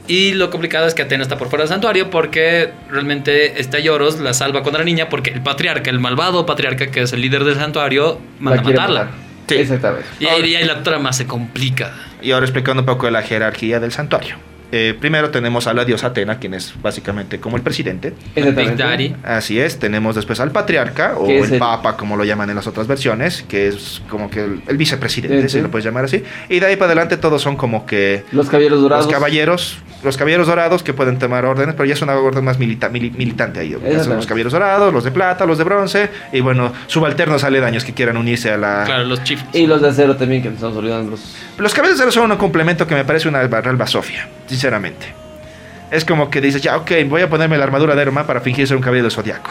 S1: Y lo complicado es que Atena está por fuera del santuario porque realmente este Lloros la salva contra la niña porque el patriarca, el malvado patriarca que es el líder del santuario,
S2: La
S1: manda a
S2: quiere
S1: matarla.
S2: matar.
S3: Sí.
S2: Exactamente.
S1: Y ahí, y ahí la trama se complica.
S3: Y ahora explicando un poco de la jerarquía del santuario. Eh, primero tenemos a la diosa Atena, quien es básicamente como el presidente.
S1: Big
S2: Exactamente.
S1: Daddy.
S3: Así es, tenemos después al patriarca o
S2: Que es
S3: el,
S2: el-
S3: papa, como lo llaman en las otras versiones, que es como que el, el vicepresidente,
S2: Sí,
S3: si
S2: sí.
S3: lo puedes llamar así. Y de ahí para adelante todos son como que
S2: Los caballeros dorados.
S3: los caballeros, los caballeros dorados que pueden tomar órdenes, pero ya es una orden más milita- mili- militante ahí. Ya son los
S2: Exactamente.
S3: caballeros dorados, los de plata, los de bronce y bueno, subalternos aledaños que quieran unirse a la...
S1: Claro, los chiefs.
S2: Ah. Y los de acero también, que nos estamos olvidando. Los...
S3: Los caballeros dorados son un complemento que me parece una real basofia, sinceramente. Es como que dices, ya, ok, voy a ponerme la armadura de Iron Man para fingir ser un caballero del zodiaco.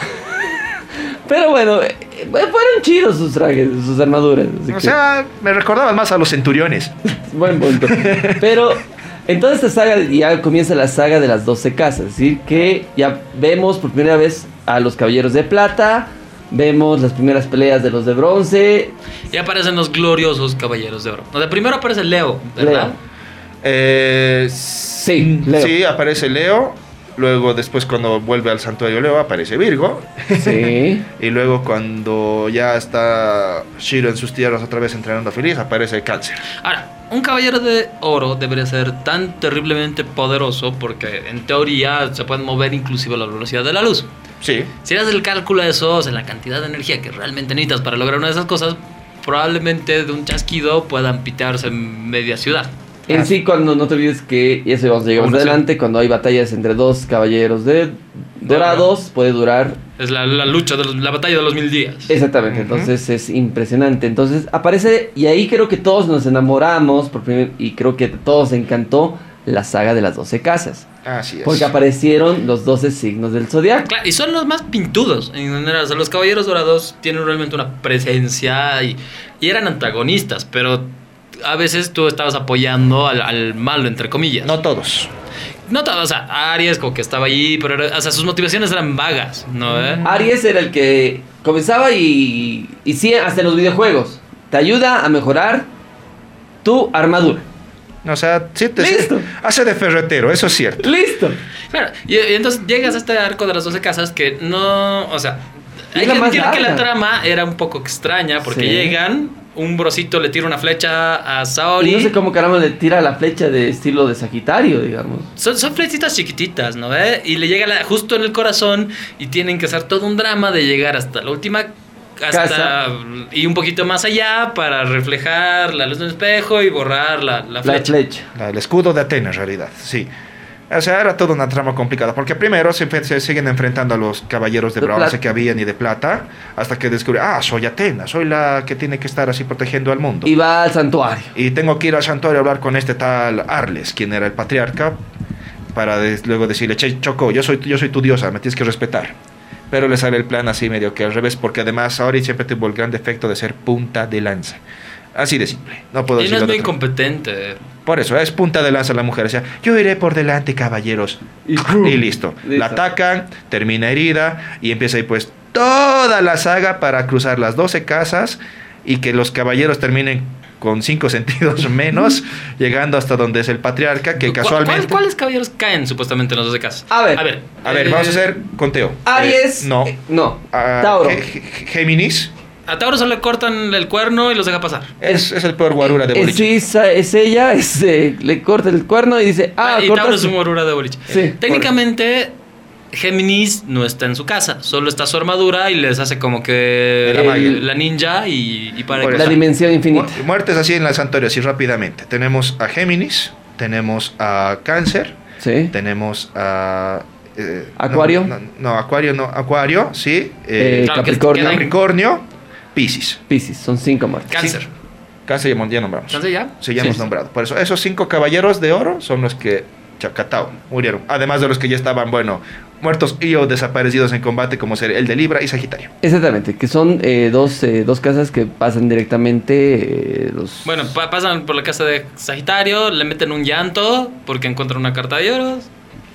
S2: Pero bueno, eh, eh, fueron chidos sus trajes, sus armaduras. así
S3: O
S2: que-
S3: sea, me recordaban más a los centuriones.
S2: Buen punto. Pero en toda esta saga ya comienza la saga de las 12 casas. Es decir, que ya vemos por primera vez a los caballeros de plata. Vemos las primeras peleas de los de bronce.
S1: Y aparecen los gloriosos caballeros de oro. Donde primero aparece Leo, ¿verdad?
S2: Leo.
S3: Eh,
S2: Sí, Leo.
S3: sí, aparece Leo. Luego, después, cuando vuelve al santuario Leo, aparece Virgo.
S2: Sí.
S3: Y luego, cuando ya está Shiro en sus tierras otra vez entrenando feliz, aparece Cáncer.
S1: Ahora, un caballero de oro debería ser tan terriblemente poderoso porque en teoría se pueden mover inclusive a la velocidad de la luz.
S3: Sí.
S1: Si haces el cálculo de eso, o sea, la cantidad de energía que realmente necesitas para lograr una de esas cosas, probablemente de un chasquido puedan pitearse media ciudad.
S2: En sí, cuando no te olvides que, y eso vamos a llegar más
S1: Aún así.
S2: adelante, cuando hay batallas entre dos caballeros de dorados, puede durar
S1: Es la, la lucha, de los- la batalla de los mil días.
S2: Exactamente,
S3: Ujú.
S2: entonces es impresionante. Entonces aparece, y ahí creo que todos nos enamoramos, por primer- y creo que a todos encantó la saga de las 12 casas,
S3: Así es.
S2: porque aparecieron los 12 signos del zodiaco.
S1: Claro, y son los más pintudos en general. O sea, los caballeros dorados tienen realmente una presencia y, y eran antagonistas, pero a veces tú estabas apoyando al, al malo, entre comillas.
S3: No todos.
S1: No todo, o sea, Aries como que estaba ahí, pero era- o sea, sus motivaciones eran vagas, ¿no? eh?
S2: Aries era el que comenzaba y, y sí, hasta en los videojuegos, te ayuda a mejorar tu armadura.
S3: O sea, sí te-
S2: Listo.
S3: hace de ferretero, eso es cierto.
S2: ¡Listo!
S1: Claro, y, y entonces llegas a este arco de las 12 casas que no, o sea,
S2: Es
S1: hay que
S2: la más
S1: admitir que la
S2: larga.
S1: trama era un poco extraña porque
S2: Sí.
S1: llegan, un brosito le tira una flecha a Saori.
S2: Y no sé cómo caramba le tira la flecha de estilo de Sagitario, digamos.
S1: Son, son flechitas chiquititas, ¿no? ¿Eh? Y le llega la- justo en el corazón y tienen que hacer todo un drama de llegar hasta la última hasta
S2: Casa.
S1: y un poquito más allá para reflejar la luz de un espejo y borrar la, la
S2: La
S1: flecha.
S2: flecha.
S3: La- El escudo de Atena, en realidad, sí. O sea, era toda una trama complicada, porque primero se, enfe- se siguen enfrentando a los caballeros de
S2: De
S3: bronce
S2: plata.
S3: que habían y de plata, hasta que descubren, ah, soy Atena, soy la que tiene que estar así protegiendo al mundo.
S2: Y va al santuario.
S3: Y tengo que ir al santuario a hablar con este tal Arles, quien era el patriarca, para des- luego decirle, che, Choco, yo soy, tu- yo soy tu diosa, me tienes que respetar. Pero le sale el plan así medio que al revés, porque además Ahori siempre tuvo el gran defecto de ser punta de lanza. Así de simple. No puedo
S1: Y no
S3: decirlo
S1: es
S3: de
S1: muy
S3: otro-
S1: competente.
S3: Por eso, es punta de lanza la mujer. O sea, yo iré por delante, caballeros. Ah,
S2: Y-
S3: Y listo. La
S2: Listo.
S3: atacan, termina herida y empieza ahí pues toda la saga para cruzar las 12 casas y que los caballeros terminen con cinco sentidos menos, llegando hasta donde es el patriarca, que
S1: ¿Cu- cuál-
S3: casualmente...
S1: ¿Cuáles caballeros caen supuestamente en los 12 casos?
S2: A ver.
S1: A ver.
S3: A ver,
S1: eh, ah,
S3: vamos a hacer conteo.
S2: Aries.
S3: Eh, no.
S2: eh, no.
S3: Ah,
S2: Tauro.
S3: Ge- Ge- Géminis.
S1: A Tauro solo le cortan el cuerno y los deja pasar.
S3: Es, es el peor guarura de
S2: Eh,
S3: boliche.
S2: sí, sa- es ella, es, eh, le corta el cuerno y dice, ah,
S1: y
S2: cortas-
S1: Tauro es un morura de boliche.
S2: Sí.
S1: Técnicamente, Géminis no está en su casa, solo está su armadura y les hace como que
S3: El amague.
S1: la ninja y, y para
S3: Por
S2: La
S3: eso.
S2: dimensión infinita.
S3: Mu- Muertes así en las santorias y rápidamente. Tenemos a Géminis, tenemos a Cáncer, eh,
S2: Sí.
S3: tenemos a... eh, no,
S2: Acuario.
S3: No, no, Acuario no. Acuario, sí.
S2: Eh,
S3: eh,
S1: Claro, que-
S2: Capricornio.
S1: que dan-
S3: Capricornio, Piscis.
S2: Piscis, son cinco muertes.
S1: Cáncer.
S3: Sí. Cáncer ya mon- ya nombramos.
S1: ¿Cáncer ya?
S3: Sí, ya
S2: Sí.
S3: hemos nombrado. Por eso, esos cinco caballeros de oro son los que Chacatao murieron. Además de los que ya estaban, bueno, muertos y o desaparecidos en combate, como ser el de Libra y Sagitario.
S2: Exactamente, que son eh, dos, eh, dos casas que pasan directamente eh, los...
S1: Bueno, pa- pasan por la casa de Sagitario, le meten un llanto porque encuentran una carta de oros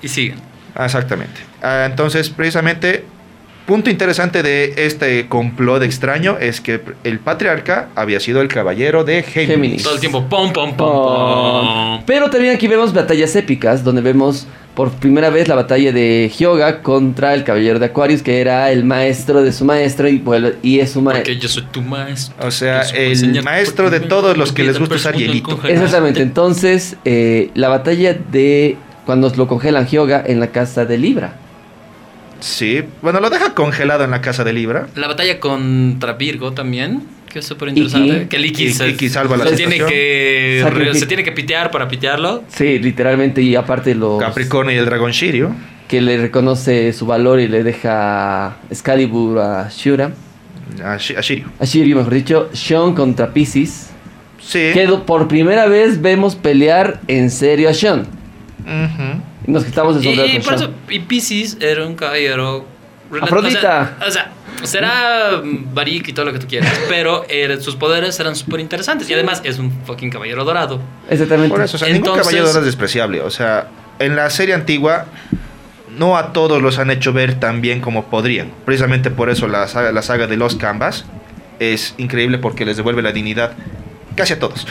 S1: y siguen.
S3: Ah, Exactamente. Ah, entonces, precisamente, punto interesante de este complot extraño es que el patriarca había sido el caballero de Géminis.
S2: Géminis.
S1: Todo el tiempo, pom, pom, pom,
S2: Pon.
S1: pom.
S2: Pero también aquí vemos batallas épicas, donde vemos por primera vez la batalla de Hyoga contra el caballero de Aquarius, que era el maestro de su maestro y, vuelve- y es su maestro.
S1: Porque yo soy tu maestro.
S3: O sea,
S1: Te supo
S3: el
S1: enseñar
S3: maestro
S1: porque
S3: de
S1: me
S3: todos los que
S1: olvida
S3: les gusta usar
S1: persona
S3: hielito.
S1: con jardín.
S2: Exactamente, entonces eh, la batalla de cuando lo congelan Hyoga en la casa de Libra.
S3: Sí, bueno, lo deja congelado en la casa de Libra.
S1: La batalla contra Virgo también, que es súper interesante.
S2: Iki.
S1: Que el Iki,
S3: Iki-
S1: se,
S3: Iki salva la
S1: se tiene
S3: situación.
S1: que
S2: Sacrific-
S1: se tiene que pitear para pitearlo.
S2: Sí, literalmente, y aparte los
S3: Capricornio y el dragón Shirio.
S2: que le reconoce su valor y le deja Excalibur a Shura.
S3: A, Ah, Shi- a Shirio.
S2: A Shiryu, mejor dicho, Sean contra Pisces.
S3: Sí.
S2: Que do- por primera vez vemos pelear en serio a Sean.
S3: Ujú.
S2: Nos quitamos de
S1: Y,
S2: sombra
S1: y
S2: con
S1: por eso,
S2: Sean.
S1: y Pisces era un caballero. rela-
S2: Afrodita.
S1: O sea, o sea, será mm, Barik y todo lo que tú quieras, pero eh, sus poderes eran súper interesantes. Y además es un fucking caballero dorado.
S2: Exactamente.
S3: Por eso, o sea, ningún
S1: Entonces-
S3: caballero es despreciable. O sea, en la serie antigua, no a todos los han hecho ver tan bien como podrían. Precisamente por eso la saga, la saga de los Canvas es increíble porque les devuelve la dignidad casi a todos.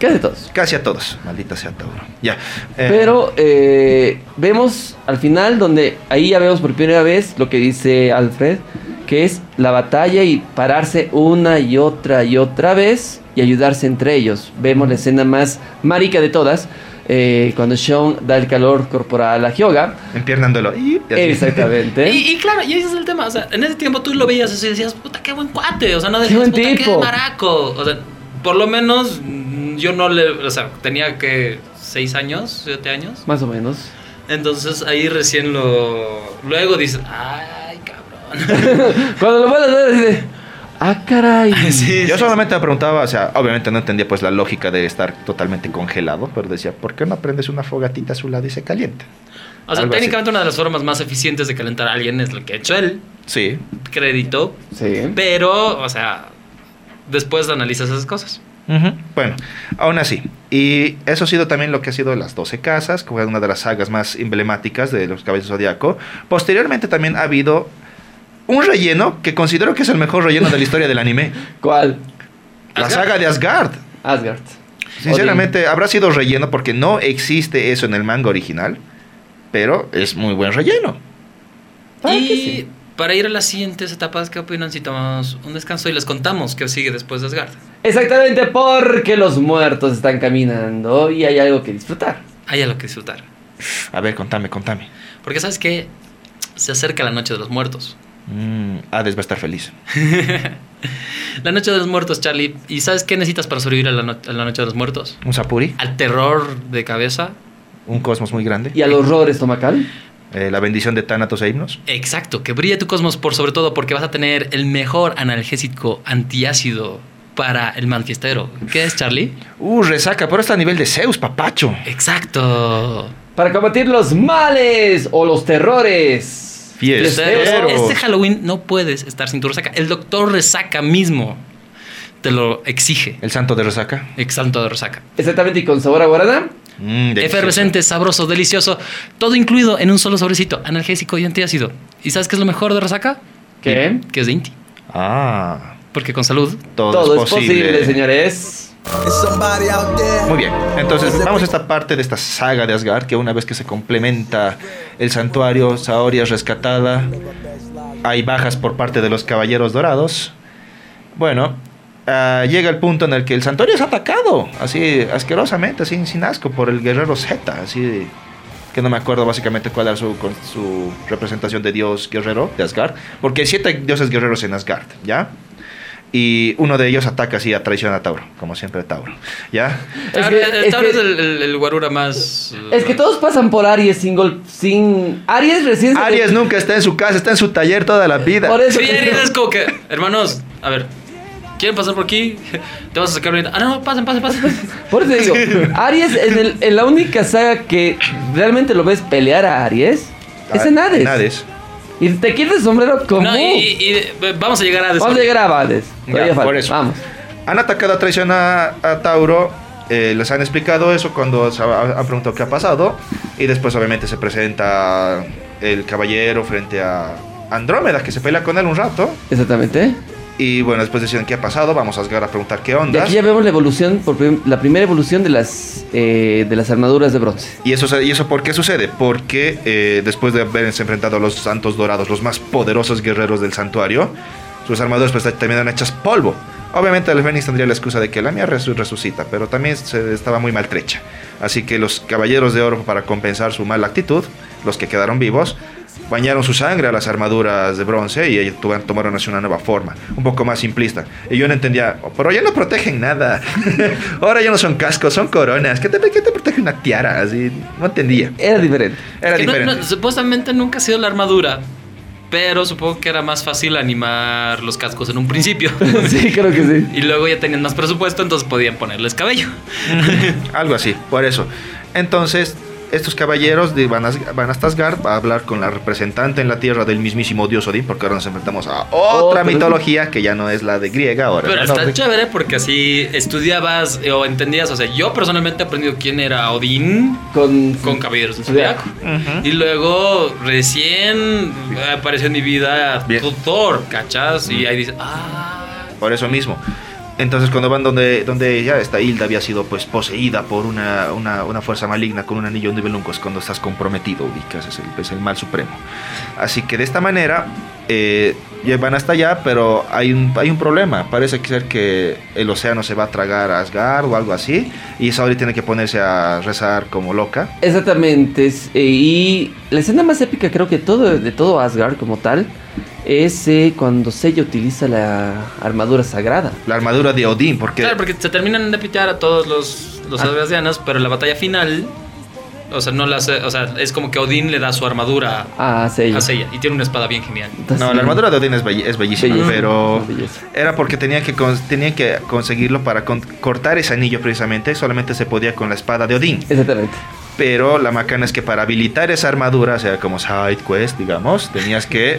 S2: ¿Qué hace todos?
S3: Casi a todos. Maldita sea Tauro. Ya. Eh,
S2: Pero eh, vemos al final donde ahí ya vemos por primera vez lo que dice Alfred, que es la batalla y pararse una y otra y otra vez y ayudarse entre ellos. Vemos la escena más marica de todas, eh, cuando Sean da el calor corporal a Hyoga.
S3: Empiernándolo. Y- y así.
S2: Exactamente.
S1: Y, y claro, y ese es el tema. O sea, en ese tiempo tú lo veías así y decías, puta, qué buen cuate. O sea, no
S2: Qué
S1: decías,
S2: buen
S1: puta, qué
S2: tipo".
S1: maraco. O sea, por lo menos mm, yo no le. O sea, tenía que. ¿Seis años? ¿Siete años?
S2: Más o menos.
S1: Entonces ahí recién lo. Luego dices, ay, cabrón.
S2: Cuando lo vuelve a ver, dice, ah, caray.
S1: Sí,
S3: Yo
S1: sí,
S3: solamente me preguntaba, o sea, obviamente no entendía pues la lógica de estar totalmente congelado, pero decía, ¿por qué no prendes una fogatita a su lado y se calienta?
S1: O sea,
S3: Algo así.
S1: técnicamente una de las formas más eficientes de calentar a alguien es lo que ha hecho él,
S3: Sí,
S1: crédito,
S2: Sí.
S1: pero, o sea, después analizas esas cosas.
S3: Bueno, aún así. Y eso ha sido también lo que ha sido Las 12 Casas, que fue una de las sagas más emblemáticas de los Caballeros del Zodiaco. Posteriormente también ha habido un relleno que considero que es el mejor relleno de la historia del anime.
S2: ¿Cuál?
S3: La
S1: Asgard.
S3: saga de Asgard.
S2: Asgard.
S3: Sinceramente, habrá sido relleno porque no existe eso en el manga original, pero es muy buen relleno.
S2: Claro
S1: y
S2: que sí.
S1: para ir a las siguientes etapas, ¿qué opinan si tomamos un descanso y les contamos qué sigue después de Asgard?
S2: Exactamente porque los muertos están caminando y hay algo que disfrutar.
S1: Hay algo que disfrutar.
S3: A ver, contame, contame.
S1: Porque sabes que se acerca la noche de los muertos.
S3: Mm, Hades va a estar feliz.
S1: La noche de los muertos, Charlie. ¿Y sabes qué necesitas para sobrevivir a la, no- a la noche de los muertos?
S3: Un Sapuri,
S1: Al terror de cabeza.
S3: un cosmos muy grande.
S2: Y al horror estomacal.
S3: Eh, la bendición de Thanatos e Himnos.
S1: Exacto, que brille tu cosmos por sobre todo porque vas a tener el mejor analgésico antiácido para el manfiestero. ¿Qué es, Charlie?
S3: Uh, resaca, pero está a nivel de Zeus, papacho.
S1: Exacto.
S2: Para combatir los males o los terrores.
S3: Fiesteros.
S2: Fiesteros.
S1: Este Halloween no puedes estar sin tu resaca. El doctor resaca mismo te lo exige.
S3: El santo de resaca.
S1: Exalto de resaca.
S2: Exactamente, y con sabor a guaraná.
S3: Mm, delicioso.
S1: Efervescente, sabroso, delicioso. Todo incluido en un solo sobrecito, analgésico y antiácido. ¿Y sabes qué es lo mejor de resaca?
S2: ¿Qué?
S1: Que es de Inti.
S3: Ah,
S1: Porque con salud
S3: todo,
S2: Todo
S3: es posible.
S2: señores.
S3: Muy bien, entonces vamos a esta parte de esta saga de Asgard, que una vez que se complementa el santuario, Saoria es rescatada, hay bajas por parte de los caballeros dorados. Bueno, ah, llega el punto en el que el santuario es atacado, así asquerosamente, así sin asco, por el guerrero Z, así que no me acuerdo básicamente cuál era su, con- su representación de dios guerrero de Asgard, porque hay siete dioses guerreros en Asgard, ¿ya? Y uno de ellos ataca así a traición a Tauro, como siempre Tauro, ¿ya?
S2: Es
S1: Ah,
S2: que-
S1: el- el
S2: es
S1: Tauro
S2: que-
S1: es el, el- el guarura más. eh,
S2: Es que todos pasan por Aries sin gol, sin Aries recién se-
S3: Aries nunca está en su casa, está en su taller toda la vida.
S2: Por eso
S1: Sí,
S2: que-
S1: Aries es como que. Hermanos, a ver. ¿Quieren pasar por aquí? Te vas a sacar bien. Ah, no, pasen, pasen, pasen.
S2: Por eso digo, Aries, en, el- en la única saga que realmente lo ves pelear a Aries,
S3: Ah,
S2: es en Hades. Y te quitas el sombrero como.
S1: No, y, y- y vamos a llegar a
S2: Vamos a llegar a Hades.
S3: Ya,
S2: Todavía falta.
S3: por eso.
S2: Vamos.
S3: Han atacado a traición a, a Tauro. eh, les han explicado eso cuando se ha- han preguntado qué ha pasado. Y después, obviamente, se presenta el caballero frente a Andrómeda, que se pelea con él un rato.
S2: Exactamente.
S3: Y bueno, después deciden qué ha pasado. Vamos a Asgard a preguntar qué
S2: Y
S3: onda.
S2: aquí ya vemos la evolución, por prim- la primera evolución de las, eh, de las armaduras de bronce.
S3: ¿Y eso, ¿Y eso por qué sucede? Porque eh, después de haberse enfrentado a los santos dorados, los más poderosos guerreros del santuario, sus armaduras pues terminan hechas polvo. Obviamente el Fénix tendría la excusa de que la mía resu- resucita, pero también se estaba muy maltrecha. Así que los caballeros de oro, para compensar su mala actitud, los que quedaron vivos, bañaron su sangre a las armaduras de bronce y ellos tuvan- tomaron así una nueva forma, un poco más simplista. Y yo no entendía, "Oh, pero ya no protegen nada. Ahora ya no son cascos, son coronas. ¿Qué te, qué te protege una tiara? Así, no entendía.
S2: Era diferente.
S3: Era
S1: Que no-
S3: diferente.
S1: no, supuestamente nunca ha sido la armadura. Pero supongo que era más fácil animar los cascos en un principio.
S2: sí, creo que sí.
S1: Y luego ya tenían más presupuesto, entonces podían ponerles cabello.
S3: Algo así, por eso. Entonces, estos caballeros de- van, a, van hasta Asgard a hablar con la representante en la tierra del mismísimo dios Odín, porque ahora nos enfrentamos a otra
S2: Otra.
S3: mitología que ya no es la de griega ahora.
S1: Pero
S3: ¿no?
S1: está
S3: No, de-
S1: chévere porque así estudiabas eh, o entendías. O sea, yo personalmente he aprendido quién era Odín
S2: Con,
S1: con Caballeros del Zodiaco.
S3: ¿Mm?
S1: Y luego recién apareció en mi vida
S3: Bien.
S1: Thor, ¿cachas? Y ahí dices, ah.
S3: por eso mismo. Entonces cuando van donde, donde ya esta Hilda había sido pues poseída por una, una, una fuerza maligna con un anillo de Belunco es cuando estás comprometido, ubicas, es el, es el mal supremo. Así que de esta manera eh, ya van hasta allá, pero hay un, hay un problema. Parece que ser que el océano se va a tragar a Asgard o algo así, y Saori tiene que ponerse a rezar como loca.
S2: Exactamente. es- eh, y la escena más épica creo que todo de todo Asgard como tal es eh, cuando Sella utiliza la armadura sagrada.
S3: La armadura de Odín, porque...
S1: Claro, porque se terminan de pitear a todos los, los
S2: Ah.
S1: Asgardianos, pero la batalla final, o sea, no la hace- o sea, es como que Odín le da su armadura
S2: Ah, Sella.
S1: a Seiya y tiene una espada bien genial.
S3: No, la armadura de Odín es, belli- es bellísima,
S2: Belleza,
S3: pero
S2: es una belleza.
S3: era porque tenía que, cons- tenía que conseguirlo para con- cortar ese anillo precisamente, solamente se podía con la espada de Odín.
S2: Exactamente.
S3: Pero la macana es que para habilitar esa armadura, o sea, como side quest, digamos, tenías que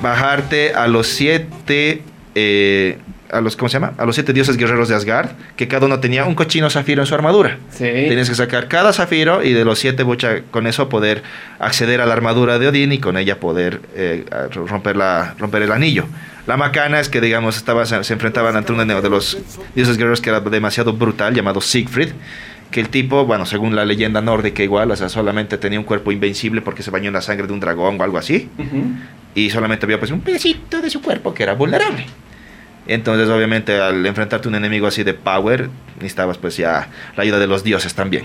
S3: bajarte a los siete... eh, a los, ¿Cómo se llama? A los siete dioses guerreros de Asgard, que cada uno tenía un cochino zafiro en su armadura.
S2: Sí.
S3: Tienes que sacar cada zafiro y de los siete bucha con eso poder acceder a la armadura de Odín y con ella poder eh, a- romper, la, romper el anillo. La macana es que, digamos, estaba, se, se enfrentaban ante uno de los dioses guerreros que era demasiado brutal, llamado Siegfried. Que el tipo, bueno, según la leyenda nórdica, igual, o sea, solamente tenía un cuerpo invencible porque se bañó en la sangre de un dragón o algo así y solamente había pues un pedacito de su cuerpo que era vulnerable. Entonces, obviamente, al enfrentarte a un enemigo así de power, necesitabas pues ya la ayuda de los dioses también.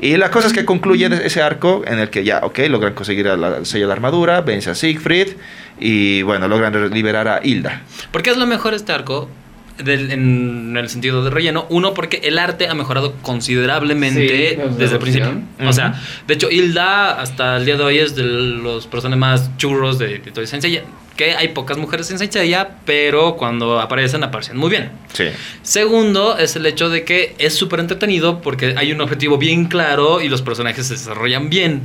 S3: Y la cosa es que concluye de- ese arco en el que ya, ok, logran conseguir a la- el sello de armadura, vence a Siegfried y bueno, logran re- liberar a Hilda.
S1: Porque es lo mejor este arco del- en el sentido de relleno. Uno, porque el arte ha mejorado considerablemente
S2: Sí, desde
S1: desde el
S2: la
S1: principio.
S2: opción.
S1: O sea, de hecho, Hilda hasta el día de hoy es de los personas más churros de, de todo Saint Seiya, Que hay pocas mujeres en Saint Seiya, pero cuando aparecen, aparecen muy bien.
S3: Sí.
S1: Segundo es el hecho de que es súper entretenido porque hay un objetivo bien claro y los personajes se desarrollan bien.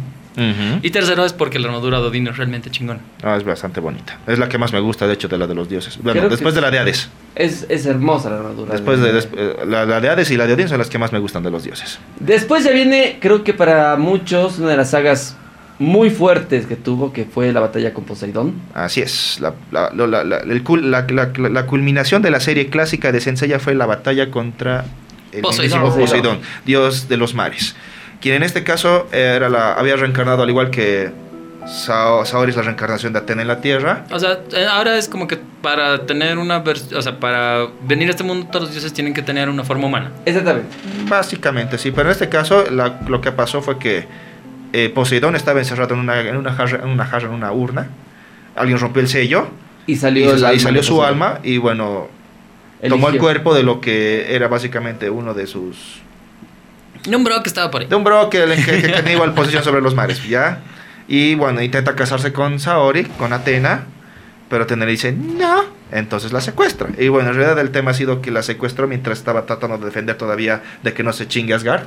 S1: Y tercero es porque la armadura de Odín es realmente chingona.
S3: Ah, es bastante bonita. Es la que más me gusta, de hecho, de la de los dioses. Bueno,
S2: Creo que
S3: después de
S2: sí.
S3: la de Hades.
S2: Es, es hermosa la armadura.
S3: Después de, des- eh, la, la de Hades y la de Odín son las que más me gustan de los dioses.
S2: Después ya viene, creo que para muchos, una de las sagas muy fuertes que tuvo, que fue la batalla con Poseidón.
S3: Así es, la, la- lo- la- la- el cul- la- la- la culminación de la serie clásica de Sensei ya fue la batalla contra el
S1: Poseidón.
S3: mismísimo
S2: Poseidón.
S3: Poseidón, dios de los mares, quien en este caso era la, había reencarnado al igual que Sao- Saori es la reencarnación de Atena en la Tierra.
S1: O sea, eh, ahora es como que para tener una vers- o sea, para venir a este mundo todos los dioses tienen que tener una forma humana.
S2: Exactamente.
S3: Básicamente, sí, pero en este caso la- lo que pasó fue que eh, Poseidón estaba encerrado en una, en, una jarra, en una jarra, en una urna. Alguien rompió el sello
S2: Y
S3: y,
S2: salió, el
S3: ahí
S2: alma
S3: salió
S2: de
S3: su
S2: Poseidón.
S3: alma y bueno, tomó el
S2: Eligió.
S3: cuerpo de lo que era básicamente uno de sus
S1: Y un bro que estaba por ahí.
S3: de un bro que, que, que tenía igual posición sobre los mares, ¿ya? Y bueno, intenta casarse con Saori, con Atena, pero Atena le dice, no, entonces la secuestra. Y bueno, en realidad el tema ha sido que la secuestró mientras estaba tratando de defender todavía de que no se chingue a Asgard.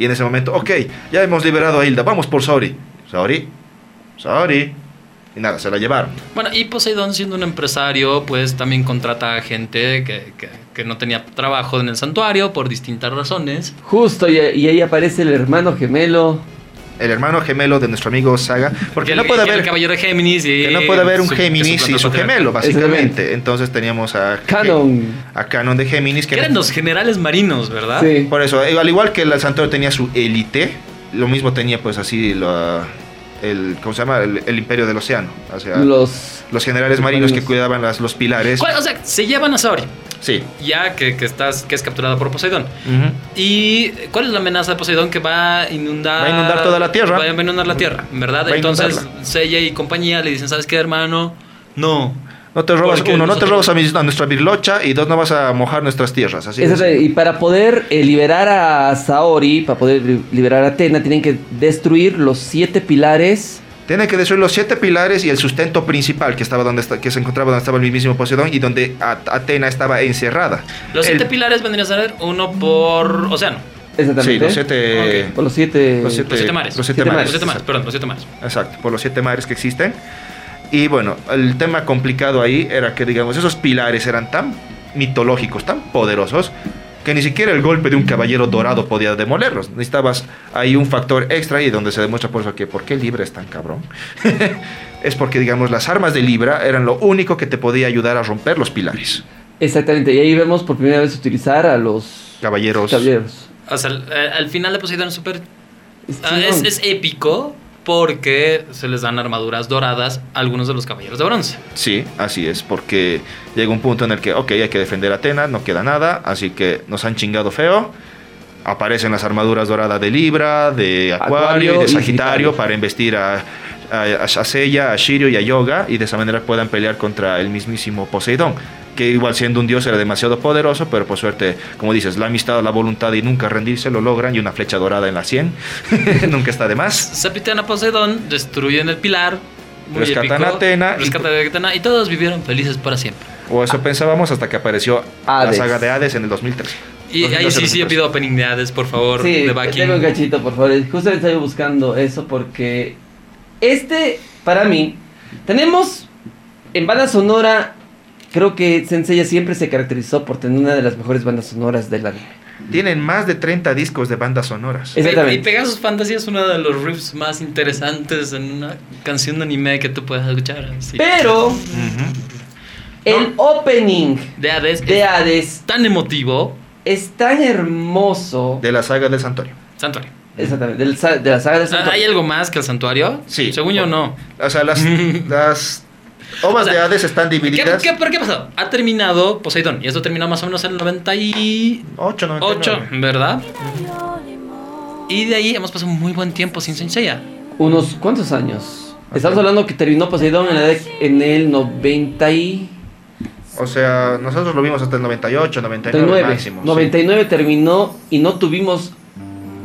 S3: Y en ese momento, ok, ya hemos liberado a Hilda, vamos por Saori. Saori, Saori. Y nada, se la llevaron.
S1: Bueno, y Poseidón siendo un empresario, pues también contrata a gente que, que- que no tenía trabajo en el santuario por distintas razones.
S2: Justo, y, y ahí aparece el hermano gemelo.
S3: El hermano gemelo de nuestro amigo Saga. Porque
S1: Que
S3: no
S1: el-
S3: puede
S1: que El
S3: haber...
S1: caballero de Géminis y...
S3: Que no puede haber un
S1: su- que
S3: Géminis y
S1: planta
S3: su
S1: paterna.
S3: gemelo,
S2: Exactamente.
S3: básicamente. Entonces teníamos a...
S2: Canon.
S3: a Canon de Géminis.
S1: Que eran los generales marinos, ¿verdad?
S2: Sí.
S3: Por eso, eh, al igual que el santuario tenía su élite, lo mismo tenía pues así la- el, ¿cómo se llama? El, el imperio del océano. O sea, los,
S2: Los.
S3: generales marinos que
S2: marinos.
S3: cuidaban las, los pilares.
S1: ¿Cuál- O sea, se llevan a Saori,
S3: Sí.
S1: ya que, que, estás, que es capturada por Poseidón. ¿Y cuál es la amenaza de Poseidón que va a inundar?
S3: Va a inundar toda la Tierra.
S1: Va a inundar la Tierra, ¿verdad?
S3: Va a
S1: Entonces,
S3: inundarla.
S1: Seiya y compañía le dicen, ¿sabes qué, hermano? No.
S3: No te robas,
S1: Porque
S3: uno, no te
S1: nosotros-
S3: robas a, mis- a nuestra virlocha y dos, no vas a mojar nuestras tierras. Así es.
S2: Exactamente, Y para poder eh, liberar a Saori, para poder li- liberar a Atena, tienen que destruir los siete pilares.
S3: Tiene que destruir los siete pilares y el sustento principal que, estaba donde esta- que se encontraba donde estaba el mismísimo Poseidón y donde A- Atena estaba encerrada.
S1: Los
S3: El-
S1: siete pilares vendrían a ser uno por océano.
S2: Exactamente.
S3: Sí, los siete...
S2: Por los siete.
S3: Los siete-
S1: Los siete mares.
S3: los siete
S2: mares.
S1: Los siete mares, perdón, los siete mares.
S3: Exacto, por los siete mares que existen. Y bueno, el tema complicado ahí era que, digamos, esos pilares eran tan mitológicos, tan poderosos, que ni siquiera el golpe de un caballero dorado podía demolerlos. Necesitabas ahí un factor extra y donde se demuestra por eso que por qué Libra es tan cabrón. es porque, digamos, las armas de Libra eran lo único que te podía ayudar a romper los pilares.
S2: Exactamente. Y ahí vemos por primera vez utilizar a los
S3: Caballeros.
S2: caballeros.
S1: O sea, al, eh, al final de Poseidón es súper
S2: Es
S1: Ah, es,
S2: chingón.
S1: es épico porque se les dan armaduras doradas a algunos de los caballeros de bronce.
S3: Sí, así es, porque llega un punto en el que, ok, hay que defender a Atenas, no queda nada, así que nos han chingado feo. Aparecen las armaduras doradas de Libra, de Acuario, y
S2: Acuario
S3: de
S2: y
S3: Sagitario
S2: Sagitario.
S3: para embestir a, a, a Seiya, a Shirio y a Yoga y de esa manera puedan pelear contra el mismísimo Poseidón, que igual siendo un dios era demasiado poderoso, pero por suerte, como dices, la amistad, la voluntad y nunca rendirse lo logran y una flecha dorada en la 100 nunca está de más.
S1: Zapitan a Poseidón, destruyen el pilar. Muy
S3: Rescatan
S1: épico,
S3: a Atena y- pues
S1: Rescatan a Atena y todos vivieron felices para siempre.
S3: O eso pensábamos hasta que apareció
S2: Ah. Hades.
S3: la saga de Hades en el 2003.
S1: Y ahí sí, sí, yo pido opening de Hades, por favor,
S2: Sí,
S1: de backing.
S2: tengo un cachito, por favor. Justamente estaba buscando eso porque este, para mí, tenemos en banda sonora, creo que Senseiya siempre se caracterizó por tener una de las mejores bandas sonoras del anime.
S3: Tienen más de 30 discos de bandas sonoras.
S2: Es- exactamente.
S1: Y Pegasus Fantasy es uno de los riffs más interesantes en una canción de anime que tú puedes escuchar. sí.
S2: Pero el opening
S1: de Hades
S2: de
S1: es
S2: Hades
S1: tan emotivo.
S2: es tan hermoso.
S3: De la saga del santuario.
S1: Santuario.
S2: Exactamente, del sa- de la saga de Santo.
S1: ¿Hay algo más que el santuario?
S3: Sí.
S1: Según yo, no.
S3: O sea, las, las
S1: O
S3: obras
S1: sea,
S3: de Hades están
S1: ¿Qué,
S3: divididas.
S1: qué, pero qué pasó? Ha terminado Poseidón. Y esto terminó más o menos en el 98,
S3: 8,
S1: ¿verdad? Y de ahí hemos pasado un muy buen tiempo sin Senseiya.
S2: Unos cuántos años. Estamos hablando que terminó Poseidón en, la dec- en el 90 y
S3: O sea, nosotros lo vimos hasta el 98, 99
S2: 99,
S3: máximo. sí.
S2: 99 terminó y no tuvimos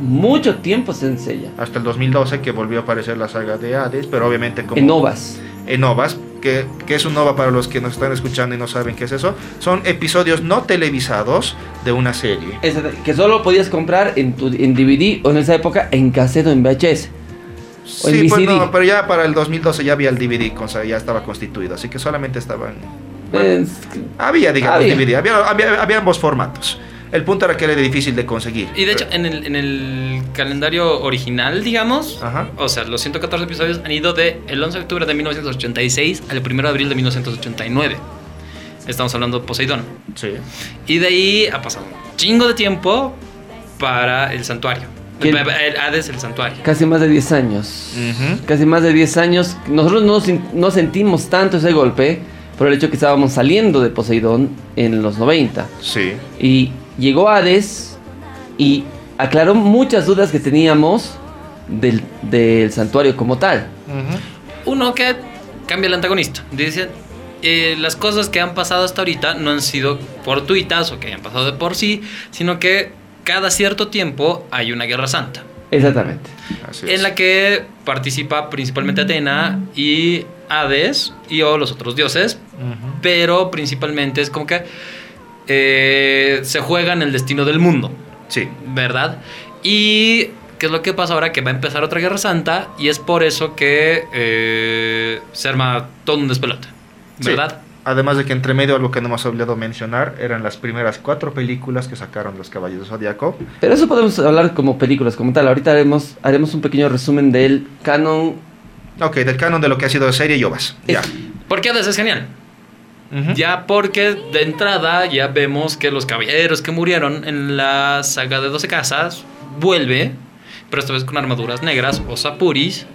S2: mucho tiempo Senseiya.
S3: Hasta el 2012 que volvió a aparecer la saga de Hades, pero obviamente como
S2: En ovas.
S3: en ovas, que, que es un nova para los que nos están escuchando y no saben qué es eso, son episodios no televisados de una serie.
S2: Esa- Que solo podías comprar en, tu, en DVD o en esa época en cassette o en VHS. O en
S3: Sí, pues
S2: VCD.
S3: no, pero ya para el 2012 ya había el DVD, con- o sea, ya estaba constituido, así que solamente estaban
S2: Eh,
S3: Había, digamos,
S2: Había.
S3: DVD, había, había- había ambos formatos. El punto era que era difícil de conseguir.
S1: Y de hecho, en el, en el calendario original, digamos,
S3: Ajá.
S1: o sea, los 114 episodios han ido de el 11 de octubre de 1986 al 1 de abril de 1989. Estamos hablando de Poseidón.
S6: Sí.
S1: Y de ahí ha pasado un chingo de tiempo para el santuario.
S2: ¿Quién?
S1: El- el Hades, el santuario.
S2: Casi más de 10 años.
S3: Ujú.
S2: Casi más de 10 años. Nosotros no, sin- no sentimos tanto ese golpe por el hecho que estábamos saliendo de Poseidón en los 90.
S3: Sí.
S2: Y llegó Hades y aclaró muchas dudas que teníamos del, del santuario como tal.
S1: Uno que cambia el antagonista. Dice, eh, las cosas que han pasado hasta ahorita no han sido fortuitas o que hayan pasado de por sí, sino que cada cierto tiempo hay una guerra santa.
S2: Exactamente.
S3: Así es.
S1: En la que participa principalmente Atena y Hades y o los otros dioses, pero principalmente es como que eh, se juegan el destino del mundo,
S3: Sí.
S1: ¿verdad? Y qué es lo que pasa ahora que va a empezar otra guerra santa y es por eso que eh, se arma todo un despelote,
S3: Sí.
S1: ¿verdad?
S3: Además de que entre medio algo que no hemos olvidado mencionar eran las primeras cuatro películas que sacaron los Caballeros Zodíaco.
S2: Pero eso podemos hablar como películas como tal. Ahorita haremos, haremos un pequeño resumen del canon.
S3: Ok, del canon de lo que ha sido serie y ovas. Ya.
S1: Porque Hades es genial.
S3: Ujú.
S1: Ya porque de entrada ya vemos que los caballeros que murieron en la saga de 12 casas vuelve, pero esta vez con armaduras negras o sapuris,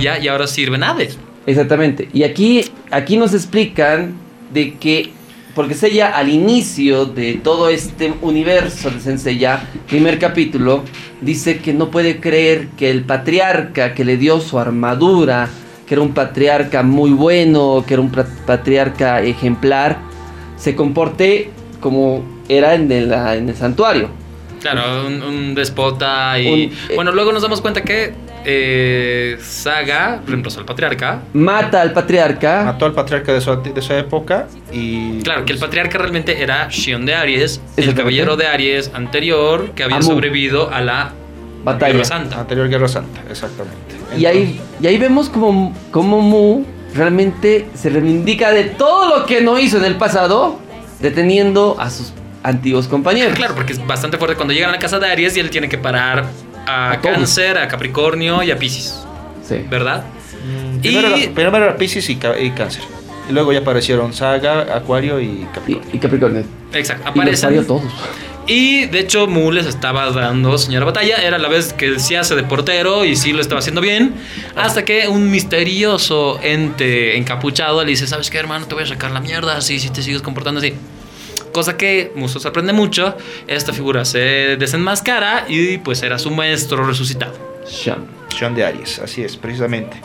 S1: ya y ahora sirven Hades.
S2: Exactamente. Y aquí, aquí nos explican de que. Porque Seiya al inicio de todo este universo de Senseiya, primer capítulo, dice que no puede creer que el patriarca que le dio su armadura, que era un patriarca muy bueno, que era un pra- patriarca ejemplar, se comporte como era en el, en el santuario.
S1: Claro, un, un despota y
S2: Un- eh.
S1: bueno, luego nos damos cuenta que eh, Saga reemplazó al patriarca.
S2: Mata al patriarca.
S3: Mató al patriarca de su, de su época y... pues,
S1: Claro, que el patriarca realmente era Shion de Aries, el
S2: Exactamente.
S1: caballero de Aries anterior que había
S2: Amu.
S1: sobrevivido a la
S2: Batalla.
S1: Guerra Santa.
S3: Anterior Guerra Santa, exactamente.
S2: Y ahí, y ahí vemos como, como Mu realmente se reivindica de todo lo que no hizo en el pasado, deteniendo a sus antiguos
S3: Ah,
S2: compañeros.
S1: Claro, porque es bastante fuerte cuando llegan a la casa de Aries y él tiene que parar a,
S2: A todos.
S1: Cáncer, a Capricornio y a Pisces,
S2: Sí.
S1: ¿verdad?
S3: Mm,
S1: Y-
S3: Primero, era, primero era Piscis y, ca- y Cáncer. Y luego ya aparecieron Saga, Acuario y
S2: Y,
S3: Capricornio.
S2: y Capricornio.
S1: Exacto,
S2: Y los
S1: aparecen.
S2: parió todos.
S1: Y de hecho, Mu les estaba dando señora batalla. Era la vez que se hace de portero y sí lo estaba haciendo bien. Hasta que un misterioso ente encapuchado le dice: ¿Sabes qué, hermano? Te voy a sacar la mierda así si te sigues comportando así. Cosa que Muso sorprende mucho. Esta figura se desenmascara y pues era su maestro resucitado.
S2: Sham.
S3: Sean de Aries, así es, precisamente.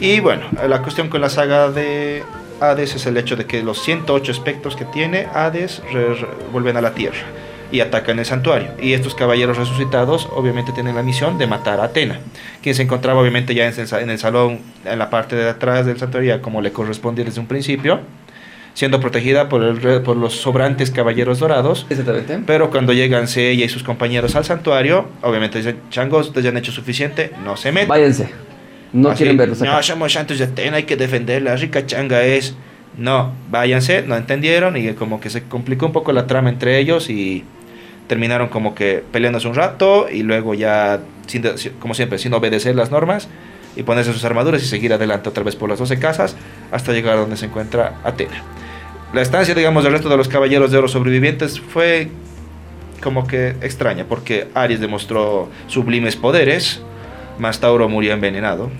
S3: Y bueno, la cuestión con la saga de Hades es el hecho de que los 108 espectros que tiene Hades re- re- vuelven a la Tierra y atacan el santuario. Y estos caballeros resucitados obviamente tienen la misión de matar a Atena, quien se encontraba obviamente ya en el, sa- en el salón, en la parte de atrás del santuario, ya como le correspondía desde un principio, siendo protegida por, el re- por los sobrantes caballeros dorados
S2: Exactamente.
S3: pero cuando llegan ella y sus compañeros al santuario, obviamente dicen, changos, ustedes ya han hecho suficiente, no se metan.
S2: Váyanse. No
S3: Así,
S2: quieren verlos acá.
S3: Eh, No, somos santos de Atena, hay que defenderla, rica changa es. No, váyanse, no entendieron y como que se complicó un poco la trama entre ellos y terminaron como que peleándose un rato y luego ya, sin de- si- como siempre, sin obedecer las normas y ponerse sus armaduras y seguir adelante otra vez por las 12 casas hasta llegar a donde se encuentra Atena. La estancia, digamos, del resto de los caballeros de oro sobrevivientes fue como que extraña porque Aries demostró sublimes poderes, más Tauro murió envenenado.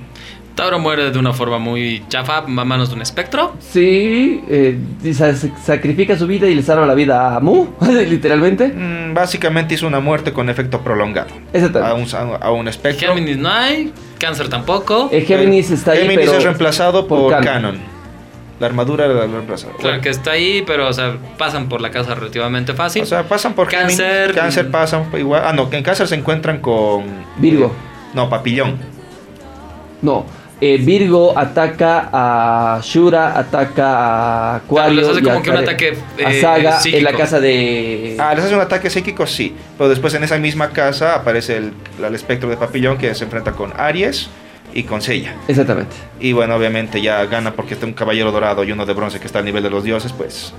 S1: Tauro muere de una forma muy chafa, a manos de un espectro.
S2: Sí, eh, y sa- sacrifica su vida y le salva la vida a Mu, literalmente.
S3: Mm, básicamente hizo una muerte con efecto prolongado. A
S2: Exactamente.
S3: un, a un- a un espectro.
S1: Géminis no hay, Cáncer tampoco.
S2: Eh, Géminis está ahí,
S3: Géminis
S2: pero
S3: es reemplazado
S2: por
S3: por,
S2: Canon.
S3: Canon. La armadura la reemplazada.
S1: Claro que está ahí, pero o sea, pasan por la casa relativamente fácil.
S3: O sea, pasan por Géminis,
S1: Cáncer.
S3: Cáncer pasan por igual. Ah, no, que en Cáncer se encuentran con.
S2: Virgo.
S3: No, Papillón.
S2: No, eh, Virgo ataca a Shura, ataca a
S1: Claro,
S2: Acuario.
S1: les Ah, hace
S2: y
S1: como que un ataque,
S2: a
S1: eh,
S2: Saga
S1: psíquico.
S2: en la casa de.
S3: Ah, les hace un ataque psíquico, sí. Pero después en esa misma casa aparece el, el espectro de Papillón que se enfrenta con Aries y con Sella.
S2: Exactamente.
S3: Y bueno, obviamente ya gana porque está un caballero dorado y uno de bronce que está al nivel de los dioses, pues